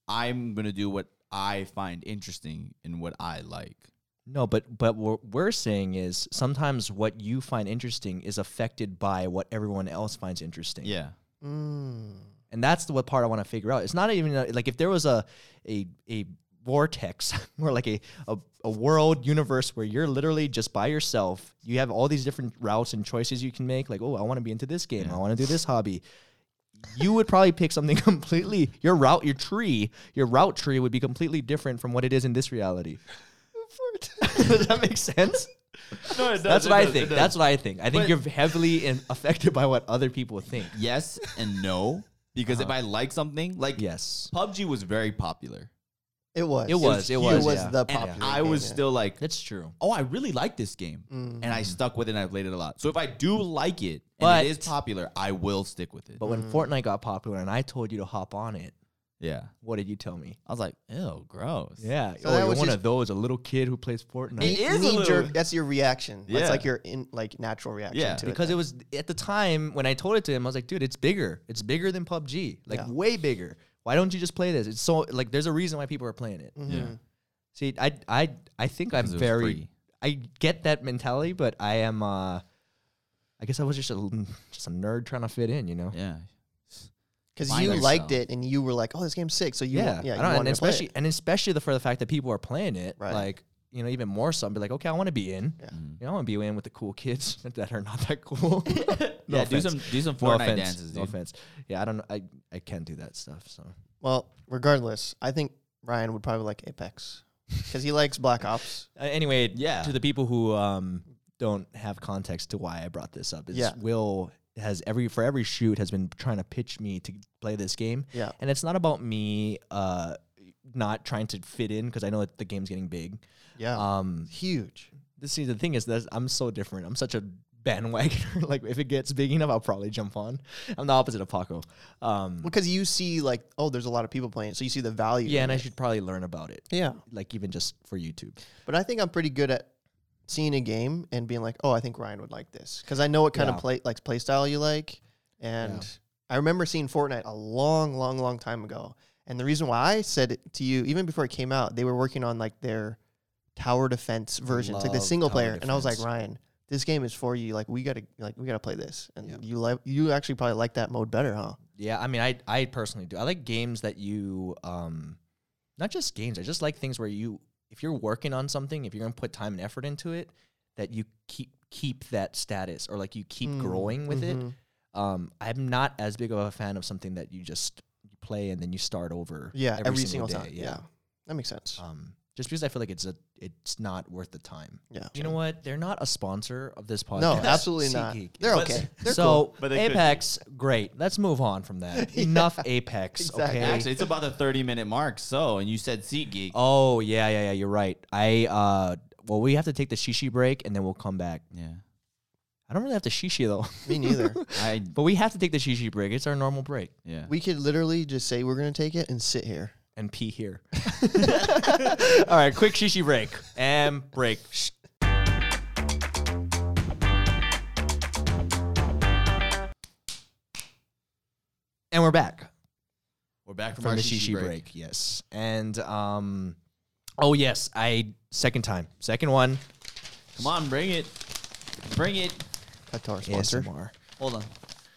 Speaker 3: I'm gonna do what I find interesting and what I like.
Speaker 2: No, but but what we're saying is sometimes what you find interesting is affected by what everyone else finds interesting.
Speaker 3: Yeah,
Speaker 1: Mm.
Speaker 2: and that's the what part I want to figure out. It's not even uh, like if there was a a a vortex or like a, a a world universe where you're literally just by yourself. You have all these different routes and choices you can make. Like, oh, I want to be into this game. I
Speaker 3: Yeah.
Speaker 2: want to do this hobby. You would probably pick something completely your route, your tree, your route tree would be completely different from what it is in this reality. does that make sense?
Speaker 3: no, it does.
Speaker 2: That's what I think. That's what I think. I think
Speaker 3: But-
Speaker 2: you're heavily in, affected by what other people think.
Speaker 3: yes and no because if I like something, like
Speaker 2: Yes.
Speaker 3: PUBG was very popular,
Speaker 1: It was.
Speaker 2: It was, it
Speaker 1: It
Speaker 2: was,
Speaker 1: was,
Speaker 2: yeah.
Speaker 1: the
Speaker 3: and
Speaker 1: popular.
Speaker 3: I
Speaker 1: game,
Speaker 3: was
Speaker 1: yeah.
Speaker 3: still like,
Speaker 2: That's true.
Speaker 3: oh, I really like this game,
Speaker 1: mm.
Speaker 3: and I
Speaker 1: Mm-hmm.
Speaker 3: stuck with it. and I played it a lot. So if I do like it and
Speaker 2: But-
Speaker 3: it is popular, I will stick with it.
Speaker 2: But when Fortnite got popular and I told you to hop on it,
Speaker 3: yeah,
Speaker 2: what did you tell me?
Speaker 3: I was like, ew, gross.
Speaker 2: Yeah.
Speaker 1: So
Speaker 2: oh,
Speaker 1: that
Speaker 2: you're
Speaker 1: was
Speaker 2: one
Speaker 1: just-
Speaker 2: of those, a little kid who plays Fortnite.
Speaker 3: It is a
Speaker 1: Knee
Speaker 3: little-
Speaker 1: jerk, that's your reaction.
Speaker 3: Yeah.
Speaker 1: That's like your in like natural reaction
Speaker 3: Yeah,
Speaker 1: to
Speaker 2: because
Speaker 1: it.
Speaker 2: it was at the time when I told it to him, I was like, dude, it's bigger. It's bigger than PUBG. Like
Speaker 1: Yeah.
Speaker 2: way bigger. Why don't you just play this? It's so like there's a reason why people are playing it.
Speaker 1: Mhm.
Speaker 3: Yeah.
Speaker 2: See, I I I think I'm
Speaker 3: Because it was
Speaker 2: very
Speaker 3: free.
Speaker 2: I get that mentality, but I am uh I guess I was just a l- just a nerd trying to fit in, you know.
Speaker 3: yeah.
Speaker 1: Because
Speaker 3: Find
Speaker 1: you liked
Speaker 3: yourself.
Speaker 1: it and you were like, "Oh, this game's sick." So you, yeah, yeah,
Speaker 2: I
Speaker 1: you
Speaker 2: don't-
Speaker 1: wanted
Speaker 2: and
Speaker 1: to
Speaker 2: especially
Speaker 1: play
Speaker 2: and especially the for the fact that people are playing it,
Speaker 1: Right.
Speaker 2: like you know, even more so. I'd be like, okay, I want to be in.
Speaker 1: Yeah.
Speaker 3: Mhm.
Speaker 2: You know, I want to be in with the cool kids that are not that cool. no
Speaker 3: yeah, do
Speaker 2: offense.
Speaker 3: some do some
Speaker 2: no
Speaker 3: Fortnite
Speaker 2: offense.
Speaker 3: dances, dude.
Speaker 2: No offense. Yeah, I don't. know. I I can't do that stuff. So
Speaker 1: it. Well, regardless, I think Ryan would probably like Apex because he likes Black Ops.
Speaker 2: Uh, anyway,
Speaker 3: Yeah.
Speaker 2: To the people who um don't have context to why I brought this up, is
Speaker 1: Yeah.
Speaker 2: Will has every for every shoot has been trying to pitch me to play this game.
Speaker 1: Yeah.
Speaker 2: and it's not about me uh not trying to fit in because I know that the game's getting big.
Speaker 1: Yeah,
Speaker 2: Um,
Speaker 1: huge.
Speaker 2: this see the thing is that I'm so different. I'm such a bandwagoner. like if it gets big enough, I'll probably jump on. I'm the opposite of Paco. Um,
Speaker 1: Because you see, like, oh, there's a lot of people playing, so you see the value.
Speaker 2: yeah,
Speaker 1: in
Speaker 2: and I
Speaker 1: it.
Speaker 2: should probably learn about it.
Speaker 1: yeah.
Speaker 2: Like even just for YouTube.
Speaker 1: But I think I'm pretty good at seeing a game and being like, "Oh, I think Ryan would like this," because I know what kind
Speaker 2: Yeah.
Speaker 1: of play like play style you like. And I remember seeing Fortnite a long, long, long time ago. And the reason why I said it to you, even before it came out, they were working on like their tower defense version, it's like the
Speaker 2: Love
Speaker 1: single
Speaker 2: tower
Speaker 1: player. And I was like,
Speaker 2: defense.
Speaker 1: Ryan, this game is for you. Like we gotta like we gotta play this. And
Speaker 2: Yeah.
Speaker 1: you like you actually probably like that mode better, huh?
Speaker 2: Yeah, I mean, I I personally do. I like games that you um, not just games. I just like things where you, if you're working on something, if you're gonna put time and effort into it, that you keep keep that status or like you keep
Speaker 1: Mm,
Speaker 2: growing Mm-hmm. with it.
Speaker 1: mhm.
Speaker 2: Um, I'm not as big of a fan of something that you just play and then you start over.
Speaker 1: Yeah, every, single, time. Yeah. That makes sense.
Speaker 2: Um, just because I feel like it's a it's not worth the time.
Speaker 1: Yeah.
Speaker 2: You know what? They're not a sponsor of this podcast.
Speaker 1: No, absolutely not.
Speaker 2: SeatGeek
Speaker 1: They're
Speaker 3: But-
Speaker 1: okay. They're
Speaker 2: so
Speaker 3: But they could be.
Speaker 2: Apex, great. Let's move on from that.
Speaker 1: Yeah.
Speaker 2: Enough Apex,
Speaker 1: Exactly.
Speaker 2: okay?
Speaker 3: Actually, it's about the thirty minute mark. So, and you said SeatGeek.
Speaker 2: oh yeah, yeah, yeah. You're right. I uh, well, we have to take the shishi break and then we'll come back.
Speaker 3: Yeah,
Speaker 2: I don't really have to shishi though,
Speaker 1: cool. Me neither.
Speaker 3: I
Speaker 2: but we have to take the shishi break. It's our normal break
Speaker 3: yeah.
Speaker 1: we could literally just say we're gonna take it and sit here.
Speaker 2: and pee here. All right, quick shishi break and break. Shh. And we're back.
Speaker 3: We're back from,
Speaker 2: from
Speaker 3: our
Speaker 2: the shishi break. Yes, and um, oh yes, I second time, second one.
Speaker 3: Come on, bring it, bring it.
Speaker 1: That's our sponsor.
Speaker 2: ASMR.
Speaker 3: Hold on.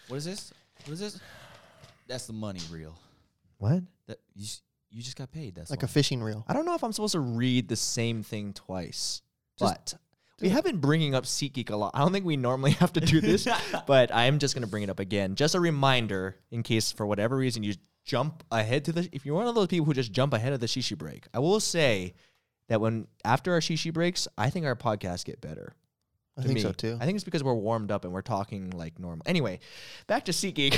Speaker 3: What is this? What is this? That's the money reel.
Speaker 2: What?
Speaker 3: That you s- you just got paid. That's
Speaker 1: like a
Speaker 3: why.
Speaker 1: fishing reel.
Speaker 2: I don't know if I'm supposed to read the same thing twice,
Speaker 1: Just
Speaker 2: but we have been bringing up SeatGeek a lot. I don't think we normally have to do this, but I'm just gonna bring it up again. Just a reminder, in case for whatever reason you jump ahead to the. If you're one of those people who just jump ahead of the shishi break, I will say that when after our shishi breaks, I think our podcasts get better.
Speaker 1: I
Speaker 2: to
Speaker 1: think
Speaker 2: me.
Speaker 1: so too.
Speaker 2: I think it's because we're warmed up and we're talking like normal. Anyway, back to SeatGeek.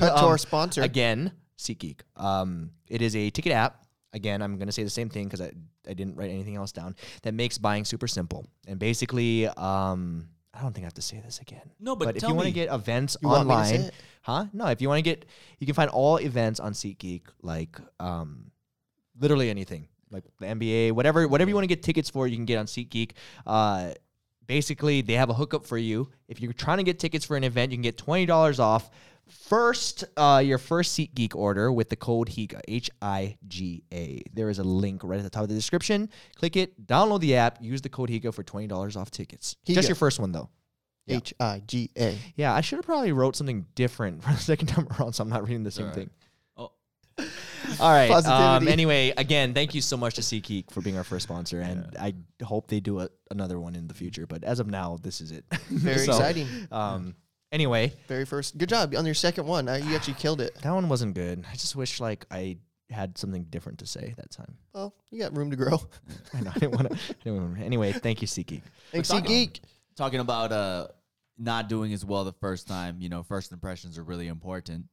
Speaker 1: Cut to
Speaker 2: Um,
Speaker 1: our sponsor.
Speaker 2: Again, SeatGeek. Um, it is a ticket app. again, I'm going to say the same thing because I, I didn't write anything else down, that makes buying super simple. And basically, um, I don't think I have to say this again.
Speaker 3: No, but
Speaker 2: But, if
Speaker 3: tell
Speaker 2: you want to
Speaker 3: me.
Speaker 2: get events
Speaker 1: You want me to say
Speaker 2: online,
Speaker 1: it?
Speaker 2: huh? No, if you want to get, you can find all events on SeatGeek, like um, literally anything, like the NBA, whatever, whatever you want to get tickets for, you can get on SeatGeek. Uh, basically, they have a hookup for you. If you're trying to get tickets for an event, you can get twenty dollars off first uh, your first SeatGeek order with the code HIGA H I G A. There is a link right at the top of the description. Click it, download the app, use the code HIGA for twenty dollars off tickets. Just
Speaker 1: Higa.
Speaker 2: your first one though. Yeah.
Speaker 1: H I G A.
Speaker 2: Yeah, I should have probably wrote something different for the second time around, so I'm not reading the same
Speaker 3: All right.
Speaker 2: thing.
Speaker 3: Oh.
Speaker 2: All right. Um,
Speaker 1: Positivity.
Speaker 2: anyway, again, thank you so much to SeatGeek for being our first sponsor, and I hope they do a, another one in the future. But as of now, this is it.
Speaker 1: Very
Speaker 2: So,
Speaker 1: exciting.
Speaker 2: Um, anyway,
Speaker 1: Very first. Good job on your second one. Uh, you actually killed it.
Speaker 2: that one wasn't good. I just wish like I had something different to say that time.
Speaker 1: Well, you got room to grow.
Speaker 2: I know I didn't want to. Anyway, thank you, SeatGeek.
Speaker 1: Thanks,
Speaker 3: talking-
Speaker 1: Geek.
Speaker 3: talking about uh not doing as well the first time, you know, first impressions are really important.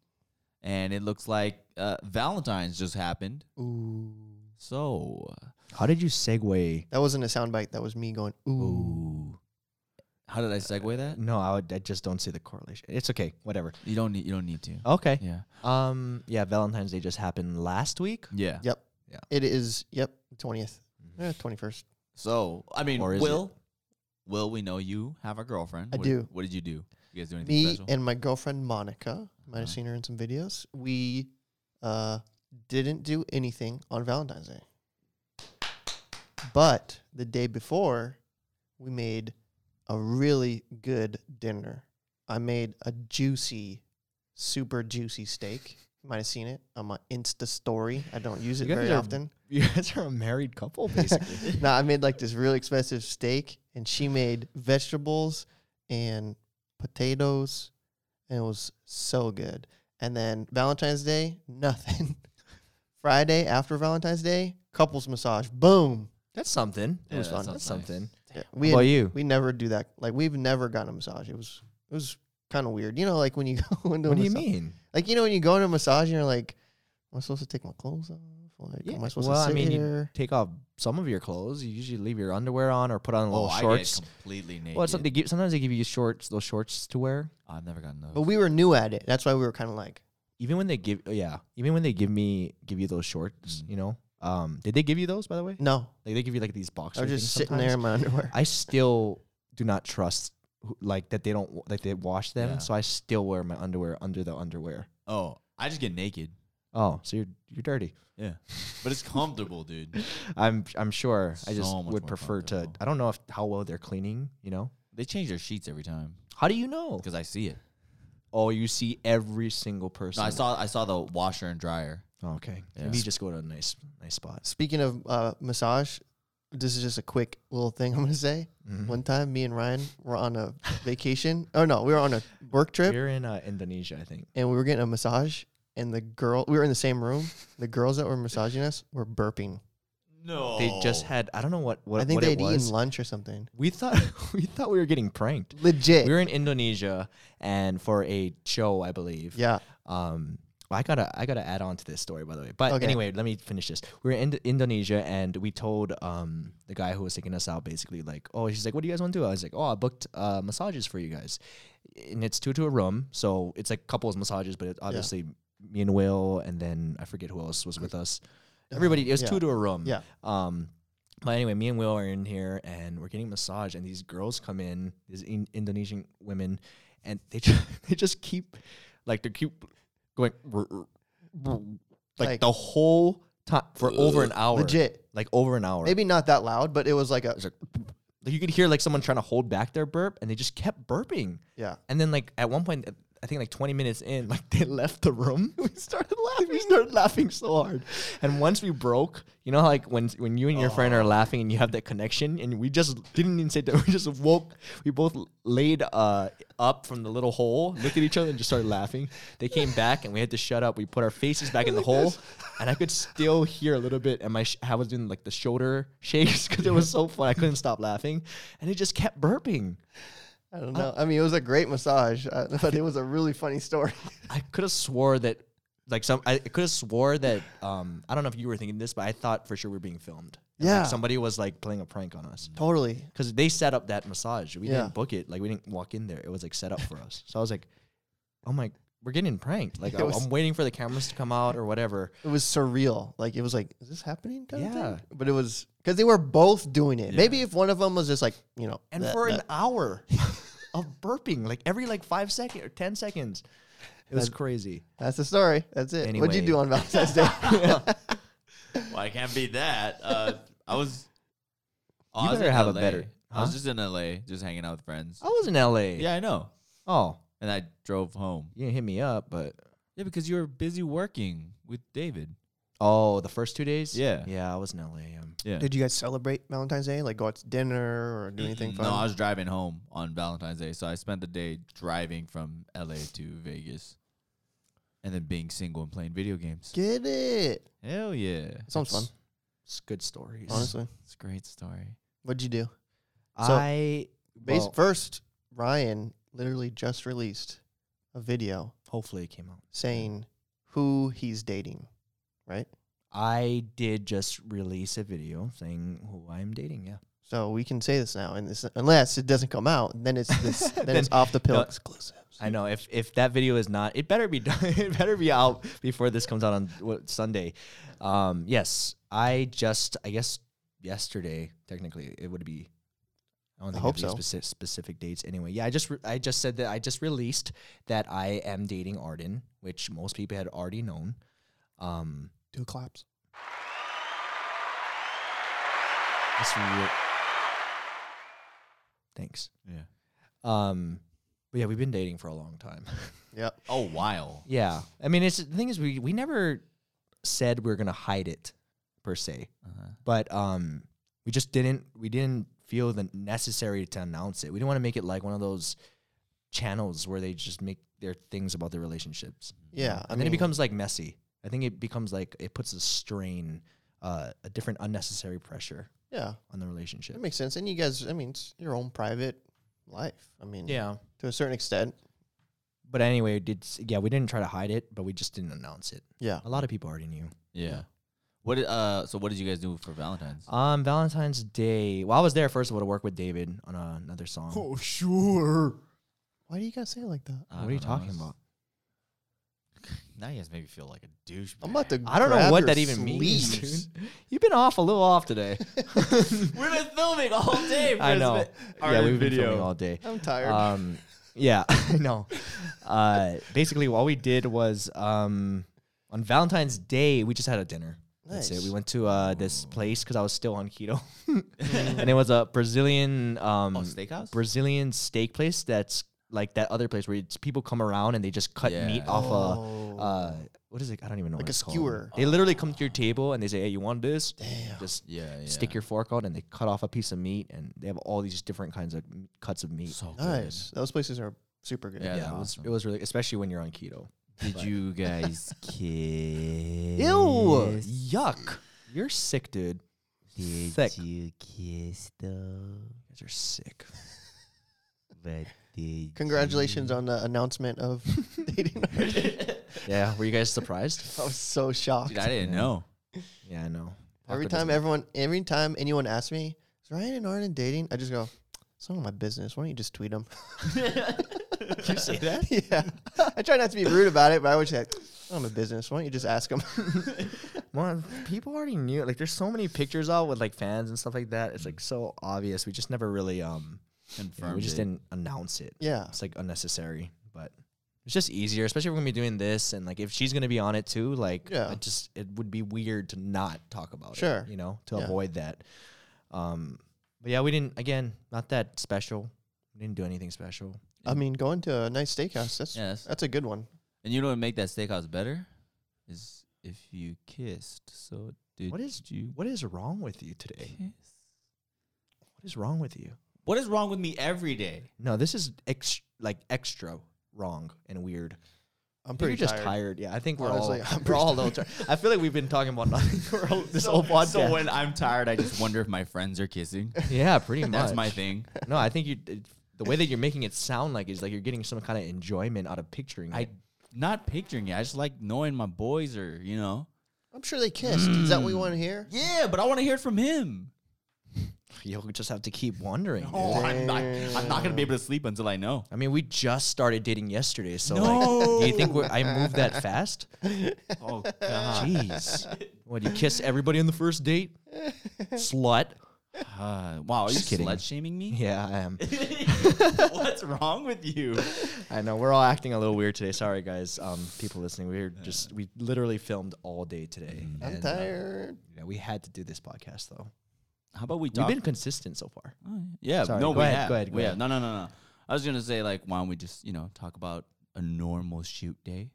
Speaker 3: And it looks like uh, Valentine's just happened.
Speaker 1: Ooh.
Speaker 3: So, uh,
Speaker 2: How did you segue?
Speaker 1: That wasn't a soundbite. That was me going, ooh.
Speaker 3: ooh. How did I segue that?
Speaker 2: No, I, would, I just don't see the correlation. It's okay. Whatever.
Speaker 3: You don't need you don't need to.
Speaker 2: Okay.
Speaker 3: Yeah.
Speaker 2: Um. Yeah. Valentine's Day just happened last week.
Speaker 3: Yeah.
Speaker 1: Yep.
Speaker 2: Yeah.
Speaker 1: It is, yep, 20th.
Speaker 2: Mm.
Speaker 1: Eh, 21st.
Speaker 3: So, I mean,
Speaker 2: Or is
Speaker 3: Will Will, we know you have a girlfriend.
Speaker 1: I
Speaker 3: What-
Speaker 1: do.
Speaker 3: What did you do? You guys do anything
Speaker 1: Me
Speaker 3: special?
Speaker 1: and my girlfriend, Monica, you might have
Speaker 3: Uh-huh.
Speaker 1: seen her in some videos. We uh, didn't do anything on Valentine's Day. But the day before, we made a really good dinner. I made a juicy, super juicy steak. You might have seen it on my Insta story. I don't use
Speaker 2: You
Speaker 1: it
Speaker 2: guys
Speaker 1: very
Speaker 2: are-
Speaker 1: often.
Speaker 2: You guys are a married couple, basically.
Speaker 1: no, I made like this really expensive steak, and she made vegetables and potatoes, and it was so good. And then Valentine's Day, nothing. Friday after Valentine's Day, couples massage. Boom.
Speaker 2: That's something.
Speaker 1: It was
Speaker 3: Yeah, that
Speaker 1: fun.
Speaker 2: That's
Speaker 3: sounds nice.
Speaker 2: something.
Speaker 1: Yeah,
Speaker 2: What
Speaker 1: we
Speaker 2: about
Speaker 1: had-
Speaker 2: you?
Speaker 1: we never do that. Like we've never gotten a massage. It was it was kind of weird. You know, like when you go into a
Speaker 2: What do you
Speaker 1: massage-
Speaker 2: mean?
Speaker 1: Like you know when you go into a massage, and you're like, am I supposed to take my clothes off? Like, am I supposed
Speaker 2: well,
Speaker 1: to sit
Speaker 2: I mean,
Speaker 1: here?
Speaker 2: you take off some of your clothes. You usually leave your underwear on or put on
Speaker 3: oh,
Speaker 2: little
Speaker 3: I get
Speaker 2: shorts.
Speaker 3: completely naked. Oh,
Speaker 2: Well, it's, they give, sometimes they give you shorts, those shorts to wear.
Speaker 3: I've never gotten those.
Speaker 1: But we were new at it. That's why we were kind of like,
Speaker 2: Even when they give, oh, yeah, even when they give me give you those shorts,
Speaker 3: Mhm.
Speaker 2: you know. Um, did they give you those by the way?
Speaker 1: Mm. no,
Speaker 2: Like they give you like these boxers.
Speaker 1: I was just sitting there in my underwear.
Speaker 2: I still do not trust who- like that they don't wa- like they wash them,
Speaker 3: Yeah.
Speaker 2: so I still wear my underwear under the underwear.
Speaker 3: oh, I just get naked.
Speaker 2: Oh, so you're you're dirty.
Speaker 3: Yeah. But it's comfortable, dude.
Speaker 2: I'm I'm sure. I just
Speaker 3: So much
Speaker 2: would
Speaker 3: more
Speaker 2: prefer to.
Speaker 3: comfortable.
Speaker 2: I don't know if how well they're cleaning. You know.
Speaker 3: They change their sheets every time
Speaker 2: How do you know?
Speaker 3: because I see it.
Speaker 2: Oh, you see every single person.
Speaker 3: No, I saw I saw the washer and dryer.
Speaker 2: Oh, okay.
Speaker 3: Yeah.
Speaker 2: Maybe you just go to a nice nice spot.
Speaker 1: Speaking of uh, massage, this is just a quick little thing I'm going to say.
Speaker 2: Mm-hmm.
Speaker 1: One time, me and Ryan were on a vacation. Oh, no, we were on a work trip
Speaker 2: You're in uh, Indonesia, I think.
Speaker 1: and we were getting a massage. And the girl, we were in the same room. The girls that were massaging us were burping.
Speaker 3: No.
Speaker 2: They just had. I don't know what what,
Speaker 1: I think
Speaker 2: what
Speaker 1: they
Speaker 2: it
Speaker 1: had
Speaker 2: was.
Speaker 1: eaten lunch or something.
Speaker 2: we thought we thought we were getting pranked.
Speaker 1: Legit.
Speaker 2: We were in Indonesia and for a show, I believe.
Speaker 1: yeah.
Speaker 2: Um, well, I gotta I gotta add on to this story by the way. But
Speaker 1: Okay.
Speaker 2: anyway, let me finish this. We were in Indonesia and we told um the guy who was taking us out basically like, oh, she's like, what do you guys want to do? I was like, oh, I booked uh, massages for you guys, and it's two to a room, so it's like couples massages, but it obviously me and Will and then I forget who else was with us. Everybody, it was
Speaker 1: Uh, yeah.
Speaker 2: two to a room.
Speaker 1: Yeah.
Speaker 2: Um, but anyway, me and Will are in here and we're getting massage, and these girls come in, these in- Indonesian women, and they just, they just keep like they keep going "Rrr, rrr, rrr," like,
Speaker 1: Like-
Speaker 2: the whole time for over an hour,
Speaker 1: Legit.
Speaker 2: like over an hour.
Speaker 1: Maybe not that loud, but it was like a,
Speaker 2: It's like, like, you could hear like someone trying to hold back their burp, and they just kept burping.
Speaker 1: yeah.
Speaker 2: And then like at one point, I think like 20 minutes in, like they left the room. We started laughing. We started laughing so hard. And once we broke, you know, like when when you and your friend are laughing and you have that connection, and we just didn't even say that. We just woke. We both laid uh, up from the little hole, looked at each other, and just started laughing. They came back, and we had to shut up. We put our faces back in the hole, and I could still hear a little bit. And my sh- I was doing like the shoulder shakes because it was so fun. I couldn't stop laughing, and it just kept burping.
Speaker 1: I don't know. I mean, it was a great massage, uh, but it was a really funny story.
Speaker 2: I could have swore that like some I could have swore that um I don't know if you were thinking this, but I thought for sure we were being filmed. And, like,
Speaker 1: Yeah.
Speaker 2: somebody was like playing a prank on us.
Speaker 1: Totally.
Speaker 2: Because they set up that massage. We
Speaker 1: Yeah.
Speaker 2: didn't book it. Like we didn't walk in there. It was like set up for us. So I was like, Oh my we're getting pranked. Like
Speaker 1: It
Speaker 2: I-
Speaker 1: was-
Speaker 2: I'm waiting for the cameras to come out or whatever.
Speaker 1: It was surreal. Like it was like, is this happening? Kind
Speaker 2: Yeah.
Speaker 1: Of thing? But it was because they were both doing it.
Speaker 3: Yeah.
Speaker 1: Maybe if one of them was just like, you know,
Speaker 2: And
Speaker 1: bleh,
Speaker 2: for
Speaker 1: bleh.
Speaker 2: an hour of burping, like every like five second or ten seconds. It was
Speaker 1: That-
Speaker 2: crazy.
Speaker 1: that's the story. That's it. What'd you
Speaker 2: Anyway.
Speaker 1: do on Valentine's Day?
Speaker 3: Well, I can't beat that. Uh, I was. oh,
Speaker 2: You
Speaker 3: I was
Speaker 2: better
Speaker 3: in
Speaker 2: have a
Speaker 3: LA.
Speaker 2: better-
Speaker 3: I
Speaker 2: huh?
Speaker 3: was
Speaker 2: Oh.
Speaker 3: just in LA, just hanging out with friends.
Speaker 2: I was in LA.
Speaker 3: Yeah, I know.
Speaker 2: Oh,
Speaker 3: And I drove home.
Speaker 2: you didn't hit me up, but
Speaker 3: Yeah, because you were busy working with David.
Speaker 2: oh, the first two days.
Speaker 3: Yeah.
Speaker 2: Yeah, I was in LA. Um,
Speaker 3: Yeah.
Speaker 1: Did you guys celebrate Valentine's Day? Like go out to dinner or do anything fun?
Speaker 3: No, I was driving home on Valentine's Day, so I spent the day driving from LA to Vegas, and then being single and playing video games.
Speaker 1: Get it.
Speaker 3: Hell yeah,
Speaker 1: Sounds fun.
Speaker 2: It's good stories.
Speaker 1: Honestly,
Speaker 3: it's a great story.
Speaker 1: what'd you do? So-
Speaker 2: I
Speaker 1: Bas
Speaker 2: well,
Speaker 1: first, Ryan literally just released a video
Speaker 2: hopefully it came out.
Speaker 1: saying who he's dating, right?
Speaker 2: I did just release a video saying who I'm dating. Yeah.
Speaker 1: So we can say this now, and this, unless it doesn't come out, then it's this, then,
Speaker 2: Then-
Speaker 1: it's off the pill
Speaker 2: no.
Speaker 1: exclusives.
Speaker 2: I know if if that video is not, it better be done. it better be out before this comes out on what, Sunday. Um, yes, I just I guess yesterday technically it would be. I don't think
Speaker 1: hope
Speaker 2: it'd be
Speaker 1: so.
Speaker 2: speci- specific dates anyway. Yeah, I just re- I just said that I just released that I am dating Arden, which most people had already known. Um,
Speaker 1: Two claps.
Speaker 2: it's real- Thanks.
Speaker 3: Yeah.
Speaker 2: Um, but yeah, we've been dating for a long time.
Speaker 1: Yep.
Speaker 3: Oh, wow.
Speaker 2: Yeah, I mean, it's the thing is we we never said we are gonna hide it per se,
Speaker 3: Uh-huh.
Speaker 2: but um, we just didn't we didn't feel the necessary to announce it. We didn't want to make it like one of those channels where they just make their things about their relationships. you know?
Speaker 1: Yeah, I
Speaker 2: and then it
Speaker 1: mean-
Speaker 2: becomes like messy. I think it becomes like it puts a strain, uh, a different unnecessary pressure
Speaker 1: Yeah,
Speaker 2: on the relationship.
Speaker 1: that makes sense. And you guys, I mean, it's your own private life. I mean,
Speaker 2: yeah.
Speaker 1: to a certain extent.
Speaker 2: But anyway, it did s- yeah, we didn't try to hide it, but we just didn't announce it.
Speaker 1: Yeah.
Speaker 2: A lot of people already knew.
Speaker 3: Yeah. What? Did, uh. So what did you guys do for Valentine's?
Speaker 2: Um, Valentine's Day. Well, I was there first of all to work with David on uh, another song.
Speaker 1: Oh, sure. Why do you guys say it like that?
Speaker 3: I
Speaker 2: what are you
Speaker 3: don't know,
Speaker 2: talking
Speaker 3: it's-
Speaker 2: about?
Speaker 3: Now you guys make me feel like a douche.
Speaker 1: I'm about to.
Speaker 2: I don't know
Speaker 1: grab
Speaker 2: what
Speaker 1: your
Speaker 2: that even means.
Speaker 1: sleeves.
Speaker 2: Dude. You've been off a little off today.
Speaker 3: We've been filming all day.
Speaker 2: I know. yeah, we've been
Speaker 3: video.
Speaker 2: filming all day.
Speaker 1: I'm tired.
Speaker 2: Um, yeah, no. Uh, basically, what we did was um, on Valentine's Day we just had a dinner. That's
Speaker 1: Nice.
Speaker 2: it. We went to uh, this place because I was still on keto, and it was a Brazilian
Speaker 1: Mm.
Speaker 2: um,
Speaker 3: Oh, steakhouse?
Speaker 2: Brazilian steak place that's like that other place where it's people come around and they just cut meat
Speaker 3: Yeah.
Speaker 2: off
Speaker 1: Oh.
Speaker 2: a uh, what is it? I don't even know.
Speaker 1: Like
Speaker 2: what
Speaker 1: a
Speaker 2: it's called.
Speaker 1: skewer.
Speaker 2: They literally come to your table and they say, "Hey, you want this?"
Speaker 1: Damn.
Speaker 2: Just
Speaker 3: yeah, yeah.
Speaker 2: stick your fork out and they cut off a piece of meat and they have all these different kinds of m- cuts of meat.
Speaker 3: So good.
Speaker 1: nice. Those places are super good.
Speaker 3: Yeah,
Speaker 2: yeah,
Speaker 3: they're
Speaker 2: it was
Speaker 3: awesome.
Speaker 2: it was really especially when you're on keto.
Speaker 3: Did you guys kiss?
Speaker 2: Ew, yuck! You're sick, dude.
Speaker 4: Did
Speaker 2: Sick.
Speaker 4: you kiss though?
Speaker 2: You guys are sick.
Speaker 4: But did
Speaker 1: Congratulations on the announcement of dating.
Speaker 2: Yeah, were you guys surprised?
Speaker 1: I was so shocked.
Speaker 3: Dude, I didn't
Speaker 2: Yeah.
Speaker 3: know.
Speaker 2: Yeah, I know.
Speaker 1: Every
Speaker 2: Parker
Speaker 1: time
Speaker 2: doesn't-
Speaker 1: everyone, every time anyone asks me, is Ryan and Arden dating? I just go, it's none of my business. Why don't you just tweet them?
Speaker 2: you say that.
Speaker 1: yeah. I try not to be rude about it, but I always say, it's none of my business. Why don't you just ask them?
Speaker 2: Well, people already knew. Like, there's so many pictures out with like fans and stuff like that. It's like so obvious. We just never really um, you know,
Speaker 3: Confirmed.
Speaker 2: we just
Speaker 3: it.
Speaker 2: didn't announce it.
Speaker 1: yeah.
Speaker 2: It's like unnecessary, but it's just easier, especially if we're gonna be doing this and like if she's gonna be on it too. Like,
Speaker 1: Yeah.
Speaker 2: it just it would be weird to not talk about
Speaker 1: Sure.
Speaker 2: it. You know, to
Speaker 1: Yeah.
Speaker 2: avoid that. Um, but yeah, we didn't. Again, not that special. We didn't do anything special.
Speaker 1: I mean, going to a nice steakhouse, that's,
Speaker 3: Yeah, that's-
Speaker 1: that's a good one.
Speaker 3: And you know what would make that steakhouse better is if you kissed. So did
Speaker 2: What is-
Speaker 3: you
Speaker 2: What is wrong with you today?
Speaker 3: kiss?
Speaker 2: What is wrong with you?
Speaker 3: What is wrong with me every day?
Speaker 2: No, this is ex- like extra wrong and weird.
Speaker 1: I'm
Speaker 2: You're
Speaker 1: pretty
Speaker 2: just
Speaker 1: tired.
Speaker 2: tired. Yeah, I think we're
Speaker 1: Honestly,
Speaker 2: all
Speaker 1: I'm
Speaker 2: we're
Speaker 1: pretty
Speaker 2: all a little tired. I feel like we've been talking about nothing for all- this whole podcast.
Speaker 3: So when I'm tired, I just wonder if my friends are kissing.
Speaker 2: yeah, pretty much.
Speaker 3: That's my thing.
Speaker 2: No, I think you. it- The way that you're making it sound like is like you're getting some kind of enjoyment out of picturing.
Speaker 3: I
Speaker 2: it.
Speaker 3: not picturing it. I just like knowing my boys are, you know.
Speaker 1: I'm sure they kissed. Is that what you want to hear?
Speaker 2: Mm.
Speaker 3: Yeah, but I want to hear it from him.
Speaker 2: You'll just have to keep wondering. dude.
Speaker 3: Oh, I'm not. I'm not gonna be able to sleep until I know.
Speaker 2: I mean, we just started dating yesterday, so
Speaker 3: No.
Speaker 2: like, do you think we're, I moved that fast?
Speaker 3: Oh God.
Speaker 2: Jeez, what you kiss everybody on the first date, slut?
Speaker 3: Uh, wow, are you
Speaker 2: Just kidding.
Speaker 3: slut shaming me?
Speaker 2: Yeah, I am.
Speaker 3: What's wrong with you?
Speaker 2: I know we're all acting a little weird today. Sorry, guys. Um, people listening, we're just we literally filmed all day today.
Speaker 1: I'm
Speaker 2: and, uh,
Speaker 1: tired.
Speaker 2: yeah, we had to do this podcast though.
Speaker 3: How about we
Speaker 2: We've
Speaker 3: talk?
Speaker 2: been consistent so far.
Speaker 3: yeah,
Speaker 2: Sorry,
Speaker 3: no,
Speaker 2: go
Speaker 3: we
Speaker 2: ahead,
Speaker 3: have.
Speaker 2: go ahead, go
Speaker 3: we
Speaker 2: ahead.
Speaker 3: have. No, no, no, no. I was gonna say like, why don't we just you know talk about a normal shoot day?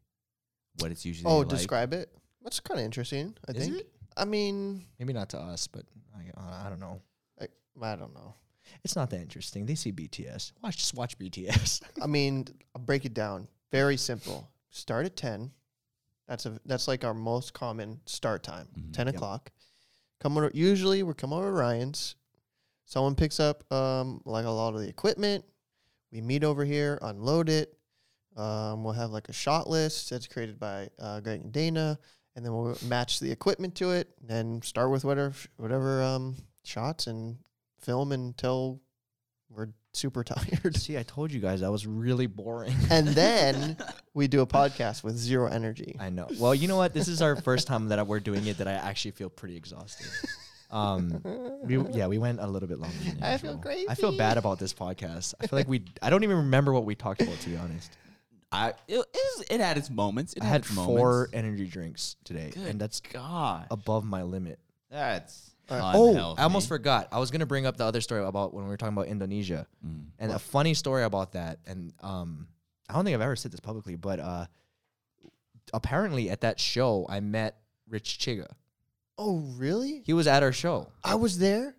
Speaker 3: What it's usually.
Speaker 1: Oh,
Speaker 3: like.
Speaker 1: describe it. That's kind of interesting. I
Speaker 2: Is
Speaker 1: think.
Speaker 2: it?
Speaker 1: I mean,
Speaker 2: Maybe not to us, but I, I don't know.
Speaker 1: I, I don't know.
Speaker 2: It's not that interesting. They see BTS. Watch, just watch BTS.
Speaker 1: I mean, I'll break it down. Very simple. Start at ten. That's a that's like our most common start time.
Speaker 3: Mhm.
Speaker 1: Ten
Speaker 2: Yep.
Speaker 1: o'clock. Come over. Usually we're come over to Ryan's. Someone picks up um like a lot of the equipment. We meet over here, unload it. Um, we'll have like a shot list that's created by uh, Greg and Dana, and then we'll match the equipment to it. And then start with whatever whatever um shots and film until we're super tired.
Speaker 2: see, I told you guys I was really boring.
Speaker 1: and then we do a podcast with zero energy.
Speaker 2: I know. Well, you know what? This is our first time that we're doing it that I actually feel pretty exhausted. Um, we, yeah, we went a little bit longer. Than
Speaker 1: I feel
Speaker 2: usual. I feel
Speaker 1: crazy.
Speaker 2: bad about this podcast. I feel like we. I don't even remember what we talked about. To be honest,
Speaker 3: I it, it, is- it had its moments. It
Speaker 2: I had
Speaker 3: its
Speaker 2: four
Speaker 3: moments.
Speaker 2: energy drinks today, and that's
Speaker 3: God.
Speaker 2: above my limit.
Speaker 3: That's
Speaker 2: Oh, I almost forgot. I was gonna bring up the other story about when we were talking about Indonesia,
Speaker 3: Mm.
Speaker 2: and a funny story about that. And um, I don't think I've ever said this publicly, but uh, apparently at that show I met Rich Chiga.
Speaker 1: Oh, really?
Speaker 2: He was at our show.
Speaker 1: I was there.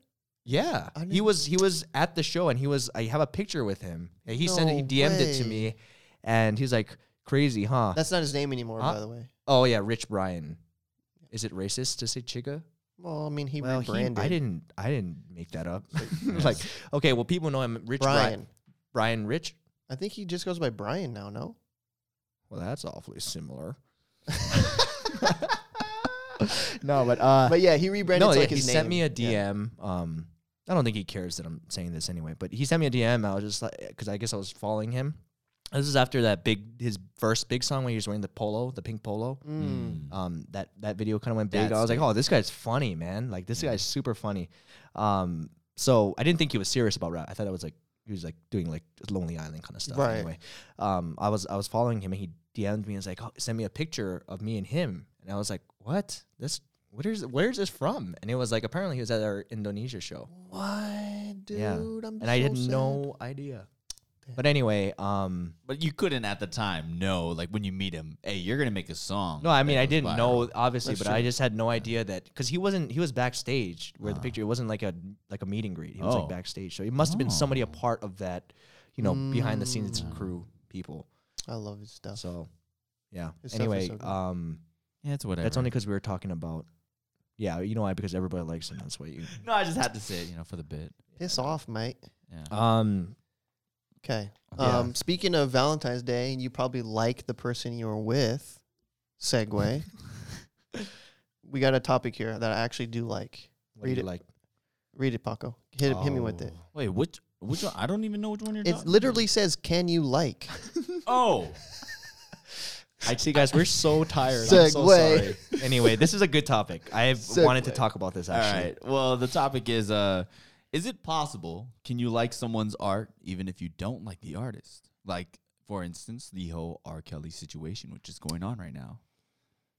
Speaker 2: Yeah,
Speaker 1: I
Speaker 2: he
Speaker 1: didn't-
Speaker 2: was he was at the show, and he was. I have a picture with him. And He sent it, he
Speaker 1: No
Speaker 2: DM'd it to
Speaker 1: way.
Speaker 2: me, and he's like, "Crazy, huh?"
Speaker 1: That's not his name anymore,
Speaker 2: Huh?
Speaker 1: by the way.
Speaker 2: oh yeah, Rich Bryan. Is it racist to say Chiga?
Speaker 1: Well, I mean, he
Speaker 2: well, he-
Speaker 1: rebranded.
Speaker 2: I didn't. I didn't make that up. like, okay, well, people know I'm Rich Bryan.
Speaker 1: Brian.
Speaker 2: Brian Rich.
Speaker 1: I think he just goes by Brian now. No.
Speaker 2: Well, that's awfully similar. no, but uh,
Speaker 1: But yeah, he rebranded.
Speaker 2: no,
Speaker 1: to,
Speaker 2: yeah,
Speaker 1: like
Speaker 2: he
Speaker 1: his
Speaker 2: sent me
Speaker 1: name.
Speaker 2: a
Speaker 1: Yeah.
Speaker 2: DM. Um, I don't think he cares that I'm saying this anyway, but he sent me a DM. I was just like, because I guess I was following him. This is after that big, his first big song when he was wearing the polo, the pink polo.
Speaker 1: Mm.
Speaker 2: Um, that that video kind of went big.
Speaker 3: That's
Speaker 2: I was like, oh, this guy's funny, man. Like this guy's super funny. Um, so I didn't think he was serious about rap. I thought it was like he was like doing like Lonely Island kind of stuff.
Speaker 1: Right.
Speaker 2: Anyway, um, I was I was following him and he DM'd me and was like, oh, send me a picture of me and him. And I was like, what? This what is where's this from? And it was like apparently he was at our Indonesia show
Speaker 1: What, dude?
Speaker 2: Yeah.
Speaker 1: I'm
Speaker 2: and I
Speaker 1: so
Speaker 2: had
Speaker 1: sad.
Speaker 2: no idea. But anyway, um,
Speaker 3: But you couldn't at the time know, like when you meet him, hey, you're gonna make a song.
Speaker 2: No, I mean
Speaker 3: that
Speaker 2: I
Speaker 3: goes
Speaker 2: didn't
Speaker 3: viral."
Speaker 2: know obviously,
Speaker 1: That's
Speaker 2: but I
Speaker 1: true.
Speaker 2: just had no idea that because he wasn't he was backstage where the picture it wasn't like a like a meet and greet. He was
Speaker 3: Ah. Oh.
Speaker 2: like backstage, so he must have been somebody a part of that, you know, behind the scenes
Speaker 3: Mm.
Speaker 2: crew people.
Speaker 1: I love his stuff.
Speaker 2: So yeah.
Speaker 1: His stuff is
Speaker 2: Anyway,
Speaker 1: so good.
Speaker 2: um,
Speaker 3: Yeah, it's whatever.
Speaker 2: that's only because we were talking about. Yeah, you know why? Because everybody likes him. That's why you.
Speaker 3: No, I just had to say it, you know, for the bit.
Speaker 1: Piss off, mate.
Speaker 3: Yeah.
Speaker 2: Um,
Speaker 1: Okay.
Speaker 2: Yeah.
Speaker 1: Um, speaking of Valentine's Day, and you probably like the person you were with. Segue. we got a topic here that I actually do like.
Speaker 2: what do
Speaker 1: Read
Speaker 2: you
Speaker 1: it.
Speaker 2: like?
Speaker 1: Read it, Paco. Hit, hit me with it.
Speaker 2: Oh.
Speaker 3: Wait, which which one? I don't even know which one you're.
Speaker 1: It
Speaker 3: talking
Speaker 1: literally says, "Can you like?"
Speaker 3: about. Oh,
Speaker 2: I see, guys. We're so tired. I'm so sorry.
Speaker 1: Segue.
Speaker 2: Anyway, this is a good topic. I've wanted to talk about this
Speaker 3: all
Speaker 2: actually.
Speaker 3: right. Well, the topic is: uh, Is it possible? Can you like someone's art even if you don't like the artist? Like, for instance, the whole R. Kelly situation, which is going on right now.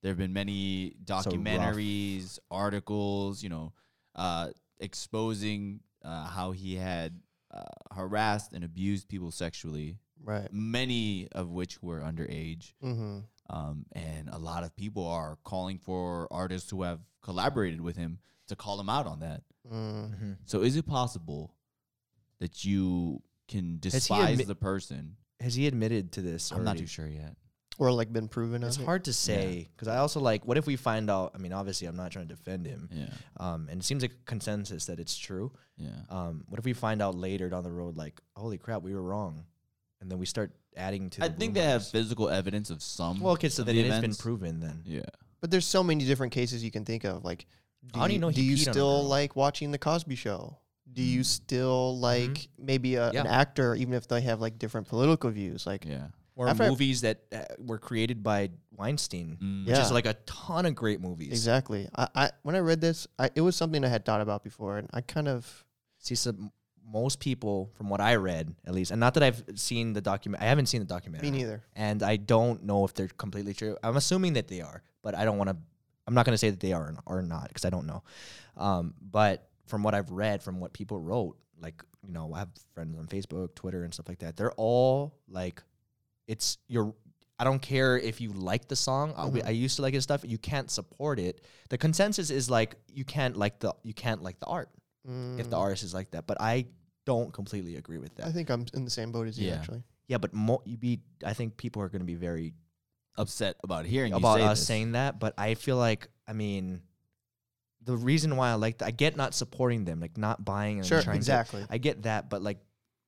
Speaker 3: There have been many
Speaker 2: rough.
Speaker 3: documentaries, articles, you know, uh, exposing uh, how he had uh, harassed and abused people sexually,
Speaker 1: Right.
Speaker 3: many of which were underage.
Speaker 1: Mm-hmm.
Speaker 3: Um, and a lot of people are calling for artists who have collaborated with him to call him out on that.
Speaker 1: Mm.
Speaker 2: Mm-hmm.
Speaker 3: So is it possible that you can
Speaker 2: he
Speaker 3: despise
Speaker 2: admi-
Speaker 3: the person?
Speaker 2: Has he admitted to this?
Speaker 3: I'm not
Speaker 2: already?
Speaker 3: too sure yet.
Speaker 1: Or like been proven.
Speaker 2: It's
Speaker 1: of it.
Speaker 2: hard to say because I also like. What if we find out? I mean, obviously, I'm not trying to defend him.
Speaker 3: Yeah,
Speaker 2: Um, and it seems like a consensus that it's true.
Speaker 3: yeah.
Speaker 2: Um, what if we find out later down the road, like, holy crap, we were wrong? and then we start adding to.
Speaker 3: I
Speaker 2: the
Speaker 3: think they have
Speaker 2: rumors.
Speaker 3: physical evidence of some.
Speaker 2: Well, okay, so
Speaker 3: of
Speaker 2: then
Speaker 3: the
Speaker 2: it has been
Speaker 3: events.
Speaker 2: proven. Then
Speaker 3: Yeah.
Speaker 1: But there's so many different cases you can think of. Like, do
Speaker 2: How do you know he
Speaker 1: do you
Speaker 2: peed on a
Speaker 1: still
Speaker 2: girl? Mm-hmm.
Speaker 1: like watching the Cosby Show? Do you still like maybe a,
Speaker 2: Yeah.
Speaker 1: an actor, even if they have like different political views? Like,
Speaker 3: Yeah.
Speaker 2: or
Speaker 1: After I-
Speaker 2: movies that uh, were created by Weinstein,
Speaker 3: Mm.
Speaker 2: which
Speaker 1: Yeah.
Speaker 2: is like a ton of great movies.
Speaker 1: exactly. I, I when I read this, I, it was something I had thought about before, and I kind of
Speaker 2: See, so m- most people, from what I read, at least, and not that I've seen the document, I haven't seen the documentary.
Speaker 1: me neither.
Speaker 2: and I don't know if they're completely true. I'm assuming that they are, but I don't want to. I'm not going to say that they are or not because I don't know. Um, but from what I've read, from what people wrote, like you know, I have friends on Facebook, Twitter, and stuff like that. They're all like, it's your. I don't care if you like the song. I- we- I, used to like his stuff. You can't support it. The consensus is like you can't like the you can't like the art if the artist is like that. But I don't completely agree with
Speaker 1: Mm. Mm-hmm. I
Speaker 2: that.
Speaker 1: think I'm in the same boat as you
Speaker 3: Yeah.
Speaker 1: actually.
Speaker 2: Yeah, but mo- you be. I think people are going to be very
Speaker 3: Upset about hearing you
Speaker 2: about
Speaker 3: say
Speaker 2: us
Speaker 3: this.
Speaker 2: saying that, but I feel like I mean, the reason why I like that, I get not supporting them, like not buying and
Speaker 1: Sure,
Speaker 2: trying
Speaker 1: exactly.
Speaker 2: To, I get that, but like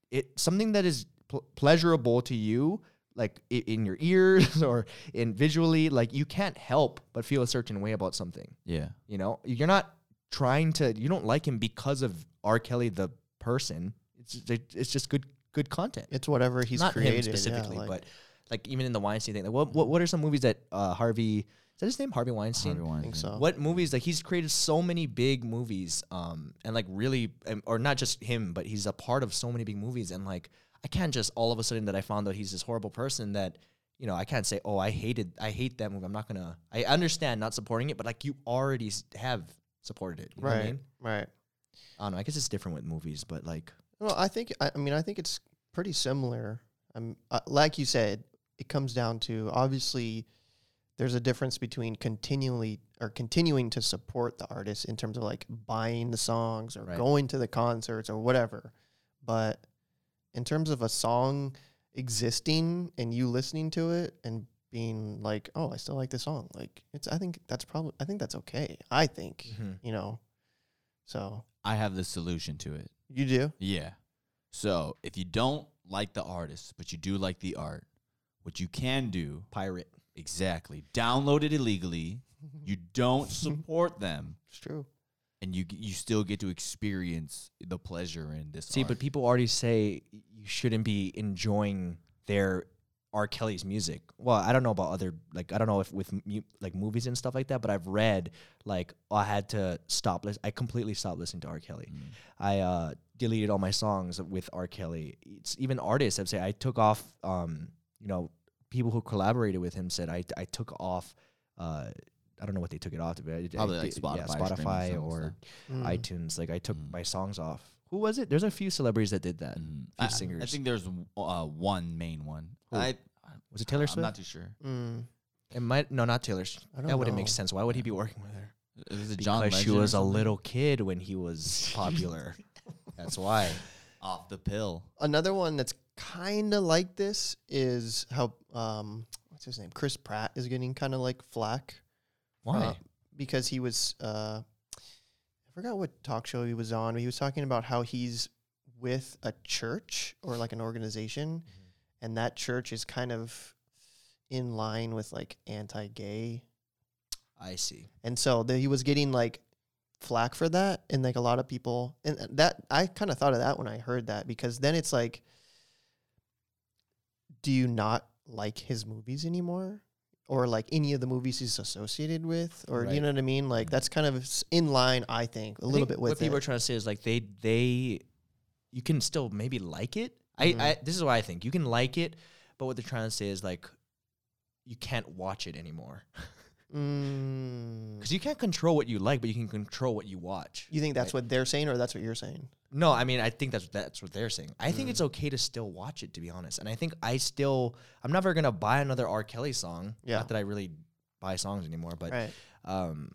Speaker 2: it something that is pl- pleasurable to you, like i- in your ears or in visually, like you can't help but feel a certain way about something.
Speaker 3: Yeah.
Speaker 2: You know, you're not trying to. You don't like him because of R. Kelly the person. It's it's just good good content
Speaker 1: It's whatever he's
Speaker 2: not
Speaker 1: created
Speaker 2: him
Speaker 1: yeah,
Speaker 2: specifically,
Speaker 1: like-
Speaker 2: but like even in the Weinstein thing, like what what, what are some movies that uh, Harvey is that his name Harvey Weinstein?
Speaker 3: Harvey Weinstein.
Speaker 1: think so.
Speaker 2: mm-hmm. What movies like he's created so many big movies, um, and like really, um, or not just him, but he's a part of so many big movies, and like I can't just all of a sudden that I found out he's this horrible person that. You know, I can't say, "Oh, I hated, I hate that movie." I'm not gonna. I understand not supporting it, but like you already s- have supported it. You Know what I,
Speaker 1: right,
Speaker 2: mean?
Speaker 1: right.
Speaker 2: I don't know. I guess it's different with movies, but like,
Speaker 1: Well, I think I, I mean I think it's pretty similar. Um, uh, like you said, it comes down to obviously there's a difference between continually or continuing to support the artist in terms of like buying the songs or
Speaker 2: Right.
Speaker 1: going to the concerts or whatever. But in terms of a song existing and you listening to it and being like, "Oh, I still like this song." Like it's I think that's probably I think that's okay. I think, you know. So,
Speaker 3: I have the solution to it.
Speaker 1: you do?
Speaker 3: Yeah. So if you don't like the artist, but you do like the art, what you can do
Speaker 2: pirate.
Speaker 3: exactly download it illegally. You don't support them,
Speaker 1: It's true.
Speaker 3: and you g- you still get to experience the pleasure in this.
Speaker 2: See,
Speaker 3: art.
Speaker 2: but people already say you shouldn't be enjoying their R. Kelly's music. Well, I don't know about other like I don't know if with mu- like movies and stuff like that, but I've read like I had to stop. Lis- I completely stopped listening to R. Kelly.
Speaker 3: Mm.
Speaker 2: I uh, deleted all my songs with R. Kelly. It's even artists have said I took off. Um, you know, people who collaborated with him said I I took off. Uh, I don't know what they took it off to, but I- I
Speaker 3: Probably, like,
Speaker 2: did- yeah,
Speaker 3: Spotify streaming
Speaker 2: Spotify
Speaker 3: songs,
Speaker 2: or
Speaker 1: Mm.
Speaker 2: iTunes. Like I took
Speaker 3: Mm.
Speaker 2: my songs off. Who was it? There's a few celebrities that did that.
Speaker 3: Mhm.
Speaker 2: few
Speaker 3: I, I
Speaker 2: singers.
Speaker 3: think there's w- uh, one main one.
Speaker 2: Who?
Speaker 3: I
Speaker 2: Was it Taylor Swift?
Speaker 3: I'm not too sure.
Speaker 1: Mm.
Speaker 2: it might no, not Taylor. Swift.
Speaker 1: I
Speaker 2: That
Speaker 1: don't
Speaker 2: wouldn't make
Speaker 1: know.
Speaker 2: sense. Why would he be working with her?
Speaker 3: Is it John
Speaker 2: Because she
Speaker 3: Legend or
Speaker 2: was a
Speaker 3: something?
Speaker 2: little kid when he was popular. That's why.
Speaker 3: off the pill.
Speaker 1: Another one that's kind of like this is how um what's his name Chris Pratt is getting kind of like flack
Speaker 2: Why?
Speaker 1: uh, because he was uh I forgot what talk show he was on but he was talking about how he's with a church or like an organization and that church is kind of in line with like anti-gay
Speaker 2: I see.
Speaker 1: and so the, he was getting like flack for that and like a lot of people and that I kind of thought of that when I heard that because then it's like do you not like his movies anymore or like any of the movies he's associated with or
Speaker 2: Right.
Speaker 1: you know what I mean like that's kind of s- in line I think a little bit with
Speaker 2: what people
Speaker 1: it.
Speaker 2: are trying to say is like they they you can still maybe like it.
Speaker 1: Mhm.
Speaker 2: I, I this is what I think. You can like it, but what they're trying to say is like you can't watch it anymore
Speaker 1: Mm.
Speaker 2: because you can't control what you like, but you can control what you watch.
Speaker 1: you think that's
Speaker 2: Right.
Speaker 1: what they're saying or that's what you're saying
Speaker 2: No, I mean I think that's that's what they're saying. I
Speaker 1: Mm.
Speaker 2: think it's okay to still watch it to be honest. And I think I still I'm never gonna buy another R. Kelly song.
Speaker 1: Yeah.
Speaker 2: Not that I really buy songs anymore, but
Speaker 1: right
Speaker 2: um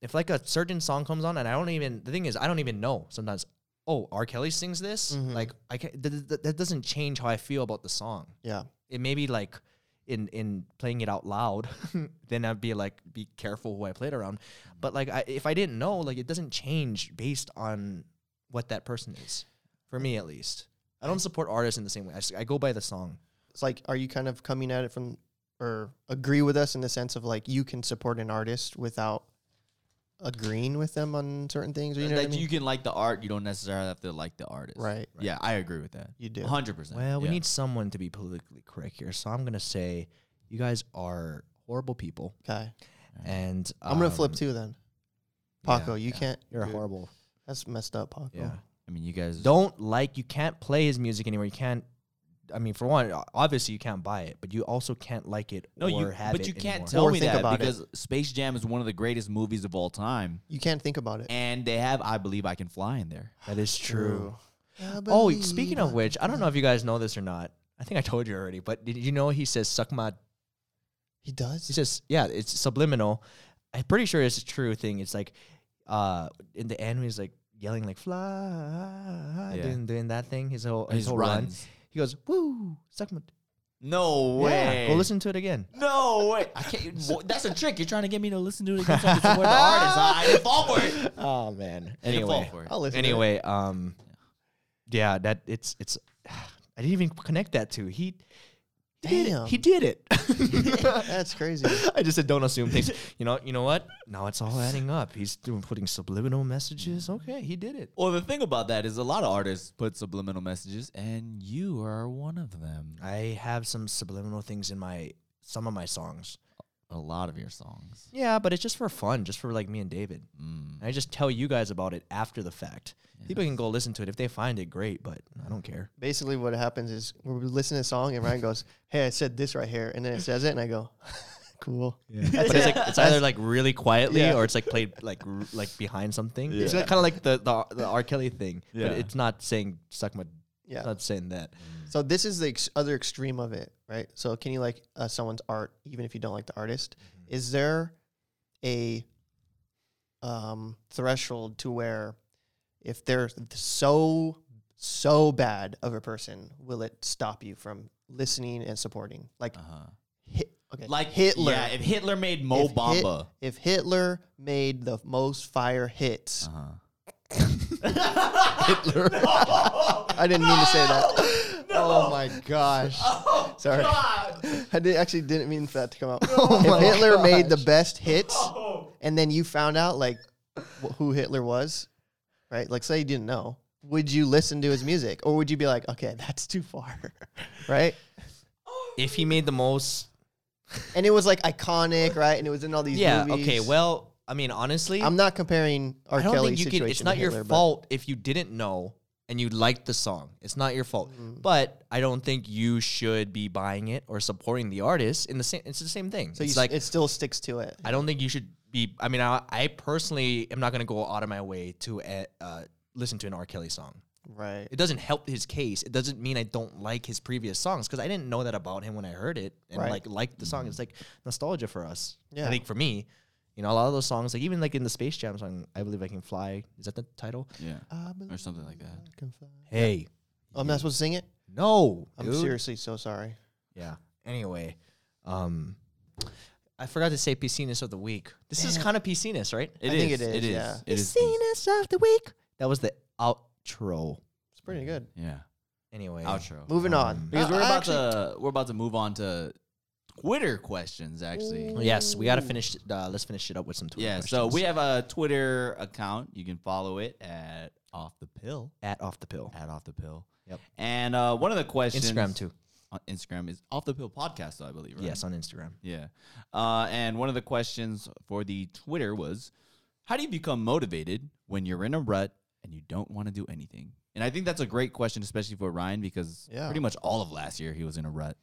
Speaker 2: if like a certain song comes on and I don't even the thing is I don't even know sometimes oh R. Kelly sings this
Speaker 1: Mhm.
Speaker 2: like I can th- th- that doesn't change how I feel about the song.
Speaker 1: yeah
Speaker 2: It may be like in in playing it out loud, then I'd be like be careful who I played around. But like I, if I didn't know, like it doesn't change based on what that person is. For me at least. I don't support artists in the same way. I, s- I go by the song.
Speaker 1: It's like, are you kind of coming at it from or agree with us in the sense of like you can support an artist without agreeing with them on certain things? Or you know
Speaker 3: like
Speaker 1: what I mean?
Speaker 3: you can like the art, you don't necessarily have to like the artist.
Speaker 1: Right.
Speaker 3: Yeah, I agree with that.
Speaker 1: You do.
Speaker 3: hundred percent.
Speaker 2: Well, we
Speaker 3: yeah.
Speaker 2: need someone to be politically correct here, so I'm gonna say you guys are horrible people,
Speaker 1: okay.
Speaker 2: and
Speaker 1: I'm gonna flip
Speaker 2: um,
Speaker 1: too then.
Speaker 2: yeah,
Speaker 1: Paco, you
Speaker 2: yeah.
Speaker 1: can't.
Speaker 2: You're
Speaker 1: dude,
Speaker 2: horrible.
Speaker 1: That's messed up, Paco.
Speaker 2: Yeah.
Speaker 3: I mean, you guys
Speaker 2: don't like you can't play his music anywhere. You can't. I mean, for one, o- obviously you can't buy it, but you also can't like it
Speaker 3: No,
Speaker 2: or
Speaker 3: you.
Speaker 2: have
Speaker 3: But
Speaker 2: it
Speaker 3: you can't
Speaker 2: anymore.
Speaker 3: tell
Speaker 1: Or
Speaker 3: me
Speaker 1: think
Speaker 3: that
Speaker 1: about it.
Speaker 3: because Space Jam is one of the greatest movies of all time,
Speaker 1: You can't think about it.
Speaker 3: and they have "I Believe I Can Fly" in there.
Speaker 2: That is true.
Speaker 1: I
Speaker 2: Oh,
Speaker 1: believe
Speaker 2: speaking of
Speaker 1: I
Speaker 2: which, I
Speaker 1: can
Speaker 2: don't know if you guys know this or not. I think I told you already, but did you know he says "suck my"?
Speaker 1: He
Speaker 2: He
Speaker 1: does.
Speaker 2: says, "Yeah, it's subliminal." I'm pretty sure it's a true thing. It's like, uh, in the end, he's like yelling like "fly,"
Speaker 3: Yeah.
Speaker 2: doing, doing that thing. His whole his,
Speaker 3: His
Speaker 2: whole run.
Speaker 3: runs.
Speaker 2: He goes, "Woo, suck my."
Speaker 3: No way.
Speaker 2: Yeah, go listen to it again.
Speaker 3: No way. I can't. wha- That's a trick. You're trying to get me to listen to it again so I can support the artist. I, I didn't fall for it.
Speaker 2: Oh man.
Speaker 3: I didn't fall
Speaker 2: Anyway,
Speaker 3: for it.
Speaker 1: I'll listen. to it.
Speaker 2: anyway, um, yeah, that it's it's. I didn't even connect that to he. Did it.
Speaker 1: Damn.
Speaker 2: He did it.
Speaker 1: that's crazy.
Speaker 2: I just said don't assume things. You know, you know what? Now it's all adding up. He's doing putting subliminal messages. Okay, he did it.
Speaker 3: Well, the thing about that is a lot of artists put subliminal messages, and you are one of them.
Speaker 2: I have some subliminal things in my some of my songs.
Speaker 3: A lot of your songs.
Speaker 2: Yeah, but it's just for fun, just for like me and David.
Speaker 3: Mm.
Speaker 2: I just tell you guys about it after the fact. People can go listen to it if they find it great, but I don't care.
Speaker 1: Basically, what happens is we listen to a song and Ryan goes, "Hey, I said this right here," and then it says it, and I go, "Cool."
Speaker 2: but it's like it's either like really quietly
Speaker 1: Yeah.
Speaker 2: or it's like played like r- like behind something. It's
Speaker 3: Yeah.
Speaker 2: like, kind of like the, the the R. Kelly thing,
Speaker 3: Yeah.
Speaker 2: but it's not saying suck my.
Speaker 1: Yeah.
Speaker 2: It's not saying that.
Speaker 1: So this is the ex- other extreme of it, right? So can you like uh, someone's art even if you don't like the artist?
Speaker 3: Mm-hmm.
Speaker 1: Is there a um, threshold to where if they're so so bad of a person, will it stop you from listening and supporting? Like
Speaker 3: Uh-huh.
Speaker 1: hit, okay,
Speaker 3: Like
Speaker 1: Hitler.
Speaker 3: Yeah, if Hitler made Mo
Speaker 1: If Hit-
Speaker 3: Bamba.
Speaker 1: if Hitler made the most fire hits,
Speaker 3: uh-huh.
Speaker 1: I didn't mean to say that. Oh my gosh! Sorry. I did, actually didn't mean for that to come out. if Hitler made the best hits, and then you found out like wh- who Hitler was, right? Like, say you didn't know, would you listen to his music, or would you be like, okay, that's too far, right?
Speaker 2: If he made the most
Speaker 1: And it was like iconic, right? And it was in all these.
Speaker 2: Yeah.
Speaker 1: movies.
Speaker 2: Okay. Well, I mean, honestly,
Speaker 1: I'm not comparing R.
Speaker 2: I don't
Speaker 1: Kelly's
Speaker 2: think you
Speaker 1: situation.
Speaker 2: can. It's not
Speaker 1: to
Speaker 2: your
Speaker 1: Hitler, but-
Speaker 2: fault if you didn't know and you liked the song. It's not your fault.
Speaker 1: Mm-hmm.
Speaker 2: But I don't think you should be buying it or supporting the artist. In the same, it's the same thing.
Speaker 1: So you,
Speaker 2: it's
Speaker 1: s-
Speaker 2: like
Speaker 1: it still sticks to it.
Speaker 2: I don't think you should be. I mean, I, I personally am not going to go out of my way to uh, uh, listen to an R. Kelly song.
Speaker 1: Right.
Speaker 2: It doesn't help his case. It doesn't mean I don't like his previous songs because I didn't know that about him when I heard it and
Speaker 1: Right.
Speaker 2: like liked the song. It's like nostalgia for us.
Speaker 1: Yeah.
Speaker 2: I think for me, you know, a lot of those songs, like even like in the Space Jam song, I believe I can fly. Is that the title?
Speaker 3: Yeah.
Speaker 1: I
Speaker 3: Or
Speaker 1: believe
Speaker 3: something like that.
Speaker 1: I can fly.
Speaker 2: Hey,
Speaker 1: Oh, I'm not supposed to sing it.
Speaker 2: no,
Speaker 1: I'm
Speaker 2: dude.
Speaker 1: seriously so sorry.
Speaker 2: Yeah. Anyway, um, I forgot to say Piscinas of the week. This is kind of Piscinas, right?
Speaker 3: It
Speaker 1: I think
Speaker 3: is,
Speaker 1: it
Speaker 3: It
Speaker 1: is,
Speaker 3: is.
Speaker 1: yeah.
Speaker 3: It is.
Speaker 2: Piscinas of the week. That was the outro.
Speaker 1: It's pretty good.
Speaker 3: Yeah.
Speaker 2: Anyway,
Speaker 3: Outro.
Speaker 1: Moving on.
Speaker 2: Um,
Speaker 3: Because
Speaker 1: Uh,
Speaker 3: we're
Speaker 1: I
Speaker 3: about
Speaker 1: actually-
Speaker 3: to we're about to move on to Twitter questions actually.
Speaker 2: Yes, we got to finish. it- Uh, let's finish it up with some Twitter
Speaker 3: yeah, so
Speaker 2: questions.
Speaker 3: we have a Twitter account. You can follow it at off the pill.
Speaker 2: at off the pill.
Speaker 3: At off the pill.
Speaker 2: Yep.
Speaker 3: And uh, one of the questions
Speaker 2: Instagram too.
Speaker 3: on Instagram is off the pill podcast, though, I believe, right?
Speaker 2: Yes, on Instagram.
Speaker 3: Yeah. Uh, and one of the questions for the Twitter was how do you become motivated when you're in a rut and you don't want to do anything? And I think that's a great question, especially for Ryan, because
Speaker 1: Yeah.
Speaker 3: pretty much all of last year he was in a rut.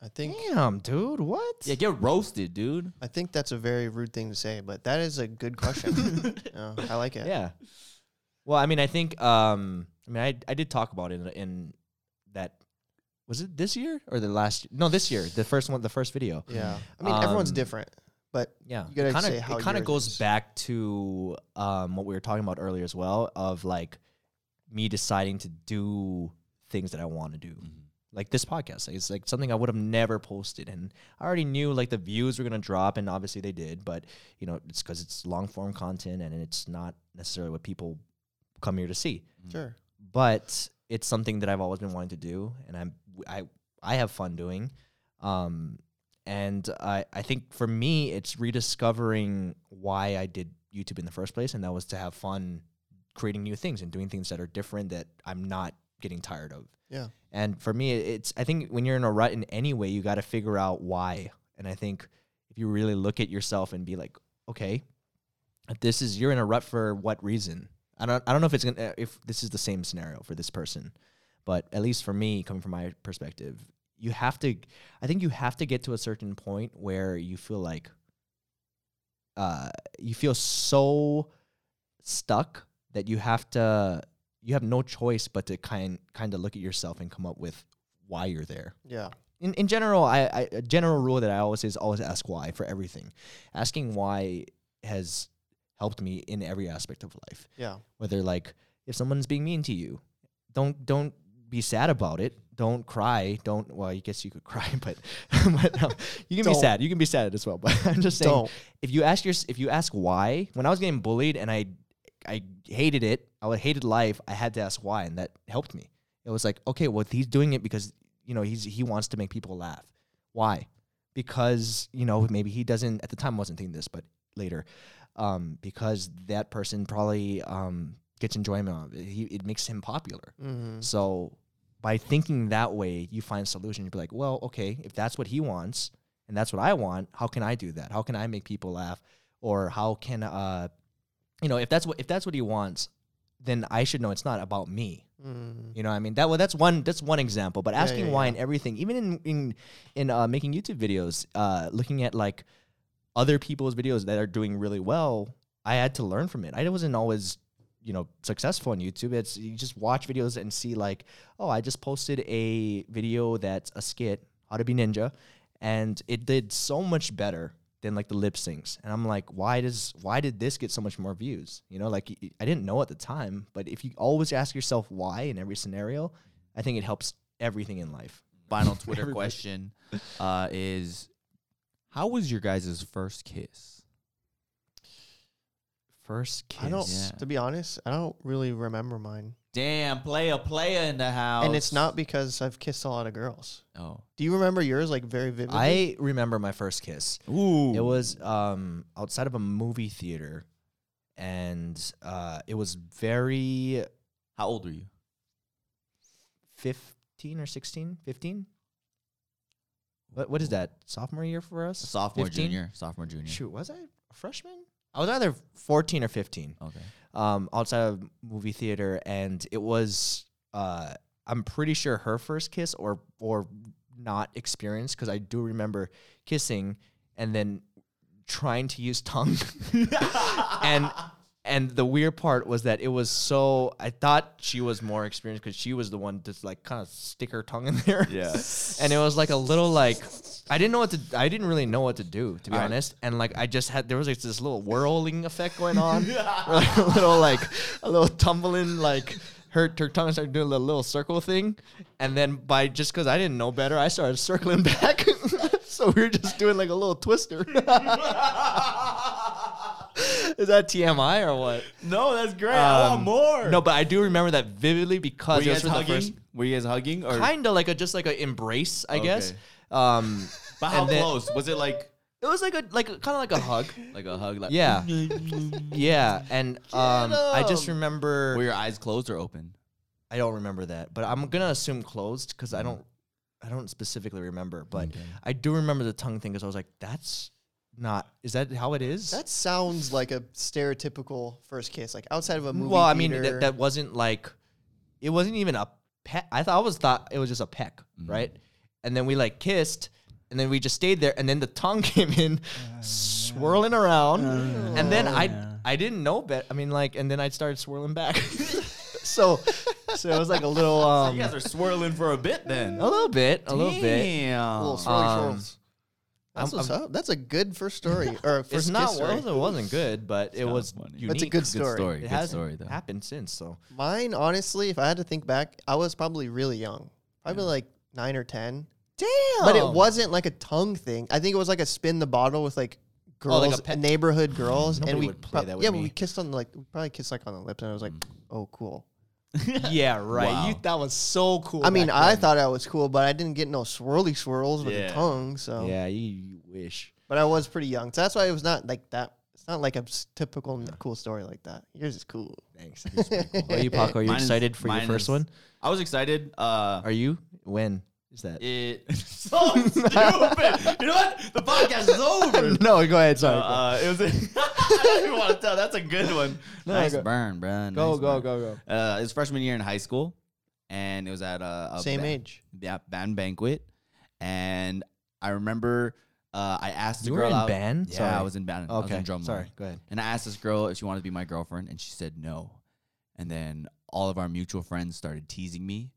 Speaker 1: I think
Speaker 2: Damn, dude, what?
Speaker 3: Yeah, get roasted, dude.
Speaker 1: I think that's a very rude thing to say, but that is a good question. Yeah, I like it.
Speaker 2: Yeah. Well, I mean, I think. Um, I mean, I I did talk about it in, in that. Was it this year or the last? No, this year. The first one, the first video.
Speaker 1: Yeah. I mean, everyone's
Speaker 2: Um, mm.
Speaker 1: different, but
Speaker 2: Yeah,
Speaker 1: You gotta
Speaker 2: it
Speaker 1: say
Speaker 2: kind
Speaker 1: how
Speaker 2: of it kind of
Speaker 1: yours
Speaker 2: goes
Speaker 1: is.
Speaker 2: back to um, what we were talking about earlier as well, of like me deciding to do things that I want to do,
Speaker 3: Mm-hmm.
Speaker 2: like this podcast. Like, it's like something I would have never posted, and I already knew like the views were gonna drop, and obviously they did, but you know it's because it's long form content and it's not necessarily what people come here to see.
Speaker 1: sure.
Speaker 2: But it's something that I've always been wanting to do, and I'm I I have fun doing. Um, and I I think for me, it's rediscovering why I did YouTube in the first place, and that was to have fun creating new things and doing things that are different that I'm not getting tired of.
Speaker 1: Yeah.
Speaker 2: And for me, it's I think when you're in a rut in any way, you got to figure out why. And I think if you really look at yourself and be like, okay, if this is you're in a rut for what reason? I don't I don't know if it's gonna uh, if this is the same scenario for this person, but at least for me, coming from my perspective, you have to. I think you have to get to a certain point where you feel like, uh, you feel so stuck that you have to you have no choice but to kind kind of look at yourself and come up with why you're there.
Speaker 1: Yeah.
Speaker 2: In in general, I, I a general rule that I always say is always ask why for everything. Asking why has helped me in every aspect of life.
Speaker 1: Yeah.
Speaker 2: Whether like if someone's being mean to you, don't don't be sad about it. Don't cry. Don't well, I guess you could cry, but, but um, you can be
Speaker 1: Don't.
Speaker 2: sad. You can be sad as well. But I'm just saying,
Speaker 1: Don't.
Speaker 2: if you ask your if you ask why when i was getting bullied and i i hated it i would- hated life i had to ask why and that helped me it was like okay well he's doing it because you know he's he wants to make people laugh why because you know maybe he doesn't at the time I wasn't thinking this but later um because that person probably um gets enjoyment out of it he, it makes him popular
Speaker 1: Mm-hmm.
Speaker 2: so by thinking that way, you find solutions. You'd be like, well, okay, if that's what he wants and that's what I want, how can I do that? How can I make people laugh? Or how can uh you know, if that's what if that's what he wants, then I should know it's not about me.
Speaker 1: Mm.
Speaker 2: You know, what I mean that. Well, that's one. That's one example. But
Speaker 1: Yeah,
Speaker 2: asking
Speaker 1: yeah,
Speaker 2: why
Speaker 1: yeah.
Speaker 2: and everything, even in in in uh, making YouTube videos, uh, looking at like other people's videos that are doing really well, I had to learn from it. I wasn't always, you know, successful on YouTube. It's you just watch videos and see like, oh, I just posted a video that's a skit, how to be ninja, and it did so much better than like the lip syncs. And I'm like, why does why did this get so much more views? You know, like y- y- I didn't know at the time, but if you always ask yourself why in every scenario, I think it helps everything in life.
Speaker 3: Final Twitter
Speaker 2: Everybody-
Speaker 3: question uh, is How was your guys' first kiss?
Speaker 2: First kiss.
Speaker 1: I don't.
Speaker 3: Yeah.
Speaker 1: To be honest, I don't really remember mine,
Speaker 3: Damn, play a player in the house.
Speaker 1: and it's not because I've kissed a lot of girls.
Speaker 3: Oh.
Speaker 1: Do you remember yours like very vividly?
Speaker 2: I remember my first kiss.
Speaker 3: Ooh.
Speaker 2: It was um, outside of a movie theater, and uh, it was very
Speaker 3: How old were you?
Speaker 2: 15 or 16, 15. What, what is that? Sophomore year for us?
Speaker 3: Sophomore,
Speaker 2: 15?
Speaker 3: junior. Sophomore, junior.
Speaker 2: Shoot, was I a freshman? I was either 14 or 15
Speaker 3: Okay.
Speaker 2: um, outside of movie theater, and it was uh, I'm pretty sure her first kiss or or not experience because I do remember kissing and then trying to use tongue, and and the weird part was that it was so I thought she was more experienced because she was the one to like kind of stick her tongue in there,
Speaker 3: Yeah.
Speaker 2: and it was like a little like. I didn't know what to. I didn't really know what to do, to be
Speaker 3: All right.
Speaker 2: honest. And like, I just had there was like this little whirling effect going on, like a little like a little tumbling like her her tongue started doing a little, little circle thing, and then by just because I didn't know better, I started circling back. so we were just doing like a little twister. Is that TMI or what?
Speaker 3: No, that's great.
Speaker 2: Um, No, but I do remember that vividly because
Speaker 3: Were you
Speaker 2: it
Speaker 3: guys
Speaker 2: was for the first
Speaker 3: hugging? Were you guys hugging? Or
Speaker 2: kind of like a just like a embrace, I guess.
Speaker 3: Okay.
Speaker 2: Um,
Speaker 3: but how
Speaker 2: and then-
Speaker 3: close? Was it like
Speaker 2: it was like a like kind of like a hug.
Speaker 3: like a hug? Like
Speaker 2: Yeah. yeah, and um, I just
Speaker 1: him.
Speaker 2: remember
Speaker 3: Were your eyes closed or open?
Speaker 2: I don't remember that, but I'm gonna assume closed because
Speaker 3: Mm.
Speaker 2: I don't, I don't specifically remember, but I do remember the tongue thing because I was like, that's not. Is that how it is?
Speaker 1: That sounds like a stereotypical first kiss, like outside of a movie.
Speaker 2: well, I mean,
Speaker 1: theater.
Speaker 2: that, that wasn't like, it wasn't even a peck. I thought I was thought it was just a peck,
Speaker 3: Mm-hmm.
Speaker 2: right? And then we like kissed, and then we just stayed there, and then the tongue came in,
Speaker 1: Oh,
Speaker 2: swirling around, and then
Speaker 3: Oh,
Speaker 2: I I didn't know bet. I mean, like, and then I started swirling back. so, so it was like a little um.
Speaker 3: You guys are swirling for a bit then.
Speaker 2: A little bit, a little bit.
Speaker 3: Damn.
Speaker 1: little swirly
Speaker 2: um,
Speaker 1: swirls. That's
Speaker 2: I'm-
Speaker 1: what's up. That's a good first story or first
Speaker 2: It's
Speaker 1: kiss
Speaker 2: not
Speaker 1: story.
Speaker 2: well, it wasn't good, but it
Speaker 3: kinda
Speaker 2: was
Speaker 3: funny. That's a
Speaker 2: unique.
Speaker 1: That's a good
Speaker 3: Good
Speaker 1: story.
Speaker 3: story.
Speaker 2: It
Speaker 3: Good
Speaker 2: hasn't
Speaker 3: story though.
Speaker 2: happened since, so
Speaker 1: Mine, honestly, if I had to think back, I was probably really young, probably like nine or ten.
Speaker 2: damn.
Speaker 1: But it wasn't like a tongue thing. I think it was like a spin the bottle with like
Speaker 2: Oh,
Speaker 1: girls,
Speaker 2: like a pet-
Speaker 1: neighborhood girls,
Speaker 2: Nobody
Speaker 1: and we
Speaker 2: would play
Speaker 1: prob-
Speaker 2: that with
Speaker 1: yeah,
Speaker 2: me. Mm.
Speaker 1: we kissed on like we probably kissed like on the lips, and I was like, oh cool.
Speaker 2: yeah, right. You,
Speaker 3: Wow.
Speaker 2: that was so cool.
Speaker 1: I mean,
Speaker 2: back
Speaker 1: I
Speaker 2: then.
Speaker 1: thought that was cool, but I didn't get no swirly swirls with
Speaker 3: Yeah.
Speaker 1: the tongue. So,
Speaker 2: Yeah, you, you wish.
Speaker 1: but I was pretty young, so that's why it was not like that. It's not like a s- typical n- cool story like that. Yours is cool.
Speaker 2: Thanks. That was pretty cool. Are you Paco? Are you
Speaker 3: Mine is-
Speaker 2: excited for your
Speaker 3: mine
Speaker 2: first
Speaker 3: is-
Speaker 2: one?
Speaker 3: I was excited. Uh,
Speaker 2: Are you? When is that?
Speaker 3: it so stupid. you know what? The podcast is over.
Speaker 2: no, go ahead.
Speaker 3: Uh,
Speaker 2: Sorry.
Speaker 3: uh, it was. A I don't even want to tell. That's a good one.
Speaker 2: No,
Speaker 3: nice
Speaker 2: go-
Speaker 3: burn, bro.
Speaker 2: go,
Speaker 3: nice
Speaker 2: go, go,
Speaker 3: burn.
Speaker 2: go.
Speaker 3: Uh, it was freshman year in high school, and it was at a, a
Speaker 1: Same
Speaker 3: ba-
Speaker 1: age.
Speaker 3: Yeah, band banquet, and I remember uh, I asked the
Speaker 2: You were
Speaker 3: girl
Speaker 2: in
Speaker 3: out.
Speaker 2: band?
Speaker 3: Yeah, I
Speaker 2: Sorry.
Speaker 3: was in band. I was
Speaker 2: Okay.
Speaker 3: in drumline.
Speaker 2: Sorry. Go ahead.
Speaker 3: And I asked this girl if she wanted to be my girlfriend, and she said no. And then all of our mutual friends started teasing me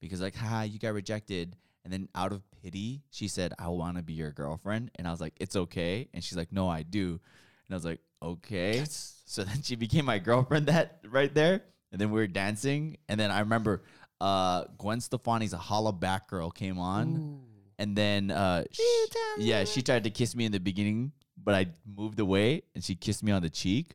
Speaker 3: because, like, ha, you got rejected. And then out of pity, she said, I want to be your girlfriend. And I was like, it's okay. And she's like, no, I do. And I was like, okay. So then she became my girlfriend that right there. And then we were dancing. And then I remember uh, Gwen Stefani's A Holla Back Girl came on. And then, uh, sh- yeah, she tried to kiss me in the beginning, but I moved away and she kissed me on the cheek.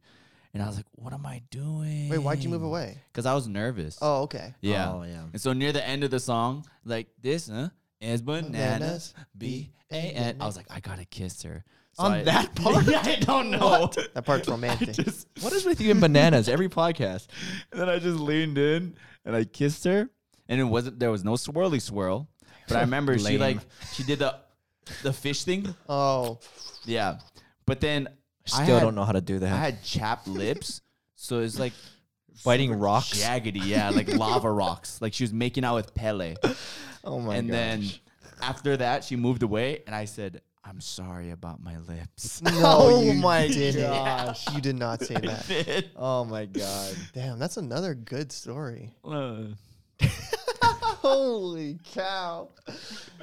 Speaker 3: And I was like, what am I doing?
Speaker 1: Wait, why'd you move away?
Speaker 3: Because I was nervous.
Speaker 1: Oh, okay.
Speaker 3: yeah.
Speaker 2: Oh, yeah.
Speaker 3: And so near the end of the song, like this, huh? Is bananas
Speaker 1: Bananas,
Speaker 3: B A N. I was like, I gotta kiss her. So
Speaker 2: On
Speaker 3: I-
Speaker 2: that part?
Speaker 3: I don't know.
Speaker 1: That part's
Speaker 3: I
Speaker 1: romantic.
Speaker 3: just,
Speaker 2: What is with you and bananas? Every podcast.
Speaker 3: and then I just leaned in and I kissed her, and it wasn't there was no swirly swirl, but I remember she
Speaker 2: Lame.
Speaker 3: like she did the the fish thing,
Speaker 1: Oh,
Speaker 3: yeah. But then
Speaker 2: Still
Speaker 3: I had,
Speaker 2: don't know how to do that.
Speaker 3: I had chapped lips, so it's like
Speaker 2: Biting rocks.
Speaker 3: jaggedy, yeah, like lava rocks. Like she was making out with Pele.
Speaker 2: Oh my
Speaker 3: and
Speaker 2: gosh.
Speaker 3: then after that, she moved away, and I said, "I'm sorry about my lips."
Speaker 1: no,
Speaker 2: Oh
Speaker 1: you
Speaker 2: my
Speaker 1: didn't.
Speaker 2: gosh.
Speaker 1: You did not say that.
Speaker 2: Oh my god.
Speaker 1: Damn, that's another good story.
Speaker 3: Uh,
Speaker 2: Holy cow.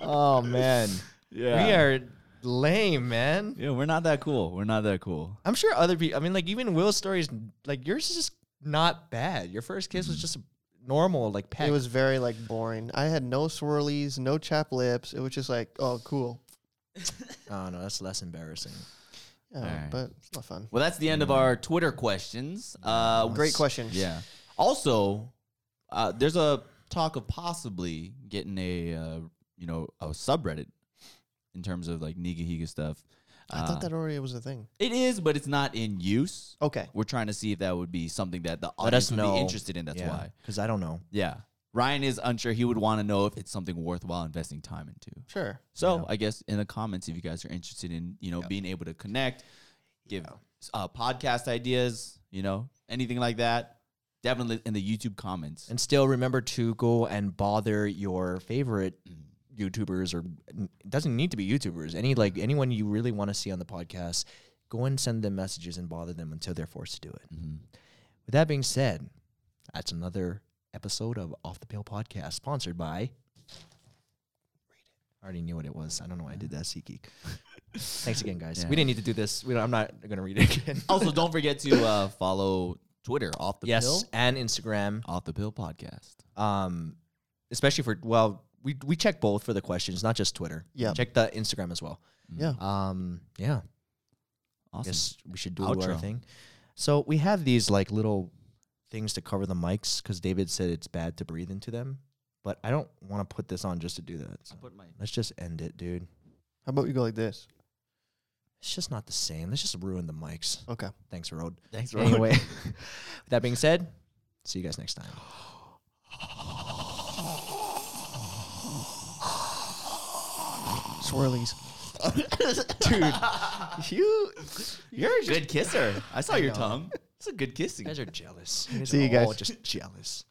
Speaker 2: Oh man.
Speaker 3: yeah,
Speaker 2: We are lame, man.
Speaker 3: Yeah, we're not that cool. We're not that cool.
Speaker 2: I'm sure other people I mean like even Will's stories like yours is just not bad. Your first kiss
Speaker 3: Mm-hmm.
Speaker 2: was just a normal like peck.
Speaker 1: It was very like boring. I had no swirlies, no chap lips. It was just like, oh, cool.
Speaker 2: Oh no, that's less embarrassing.
Speaker 1: Yeah,
Speaker 3: Alright.
Speaker 1: but it's not fun.
Speaker 3: Well, that's the end of our Twitter questions. Uh,
Speaker 1: Great question.
Speaker 3: Yeah. Also, uh, there's a talk of possibly getting a uh, you know a subreddit in terms of like Nigahiga stuff.
Speaker 1: I
Speaker 3: Uh,
Speaker 1: thought that already was a thing.
Speaker 3: it is, but it's not in use.
Speaker 1: Okay.
Speaker 3: We're trying to see if that would be something that the
Speaker 2: Let
Speaker 3: audience
Speaker 2: us
Speaker 3: would
Speaker 2: know.
Speaker 3: be interested in. That's why.
Speaker 2: Because I don't know.
Speaker 3: Yeah. Ryan is unsure. He would want to know if it's something worthwhile investing time into.
Speaker 1: Sure.
Speaker 3: So I guess in the comments, if you guys are interested in you know being able to connect, give uh, podcast ideas, you know anything like that, definitely in the YouTube comments.
Speaker 2: And still remember to go and bother your favorite YouTubers or it doesn't need to be YouTubers. Any like anyone you really want to see on the podcast, go and send them messages and bother them until they're forced to do it.
Speaker 3: Mm-hmm.
Speaker 2: With that being said, that's another episode of Off the Pale Podcast sponsored by I already knew what it was. I don't know why I did that, SeatGeek. Thanks again, guys.
Speaker 3: Yeah.
Speaker 2: We didn't need to do this. We don't, I'm not going to read it again.
Speaker 3: also, don't forget to uh, follow Twitter off the
Speaker 2: yes,
Speaker 3: pill
Speaker 2: and Instagram.
Speaker 3: off the pill podcast.
Speaker 2: um, especially for well, we we check both for the questions, not just Twitter.
Speaker 1: Yeah.
Speaker 2: check the Instagram as well.
Speaker 1: Yeah.
Speaker 2: Um, yeah, I
Speaker 3: Awesome.
Speaker 2: guess we should do our
Speaker 3: Outro.
Speaker 2: thing. So we have these like little things to cover the mics because David said it's bad to breathe into them, but I don't want to put this on just to do that. So
Speaker 3: Put my
Speaker 2: let's just end it, dude.
Speaker 1: How about you go like this?
Speaker 2: It's just not the same. Let's just ruin the mics.
Speaker 1: Okay.
Speaker 2: Thanks, Road.
Speaker 3: thanks. Ryan.
Speaker 2: Anyway, with that being said, see you guys next time.
Speaker 1: Swirlies.
Speaker 3: you you're a good kisser. I saw your
Speaker 2: know.
Speaker 3: tongue. It's a good kissing.
Speaker 2: You guys are jealous. guys
Speaker 1: See
Speaker 2: are
Speaker 1: you guys.
Speaker 2: all just jealous.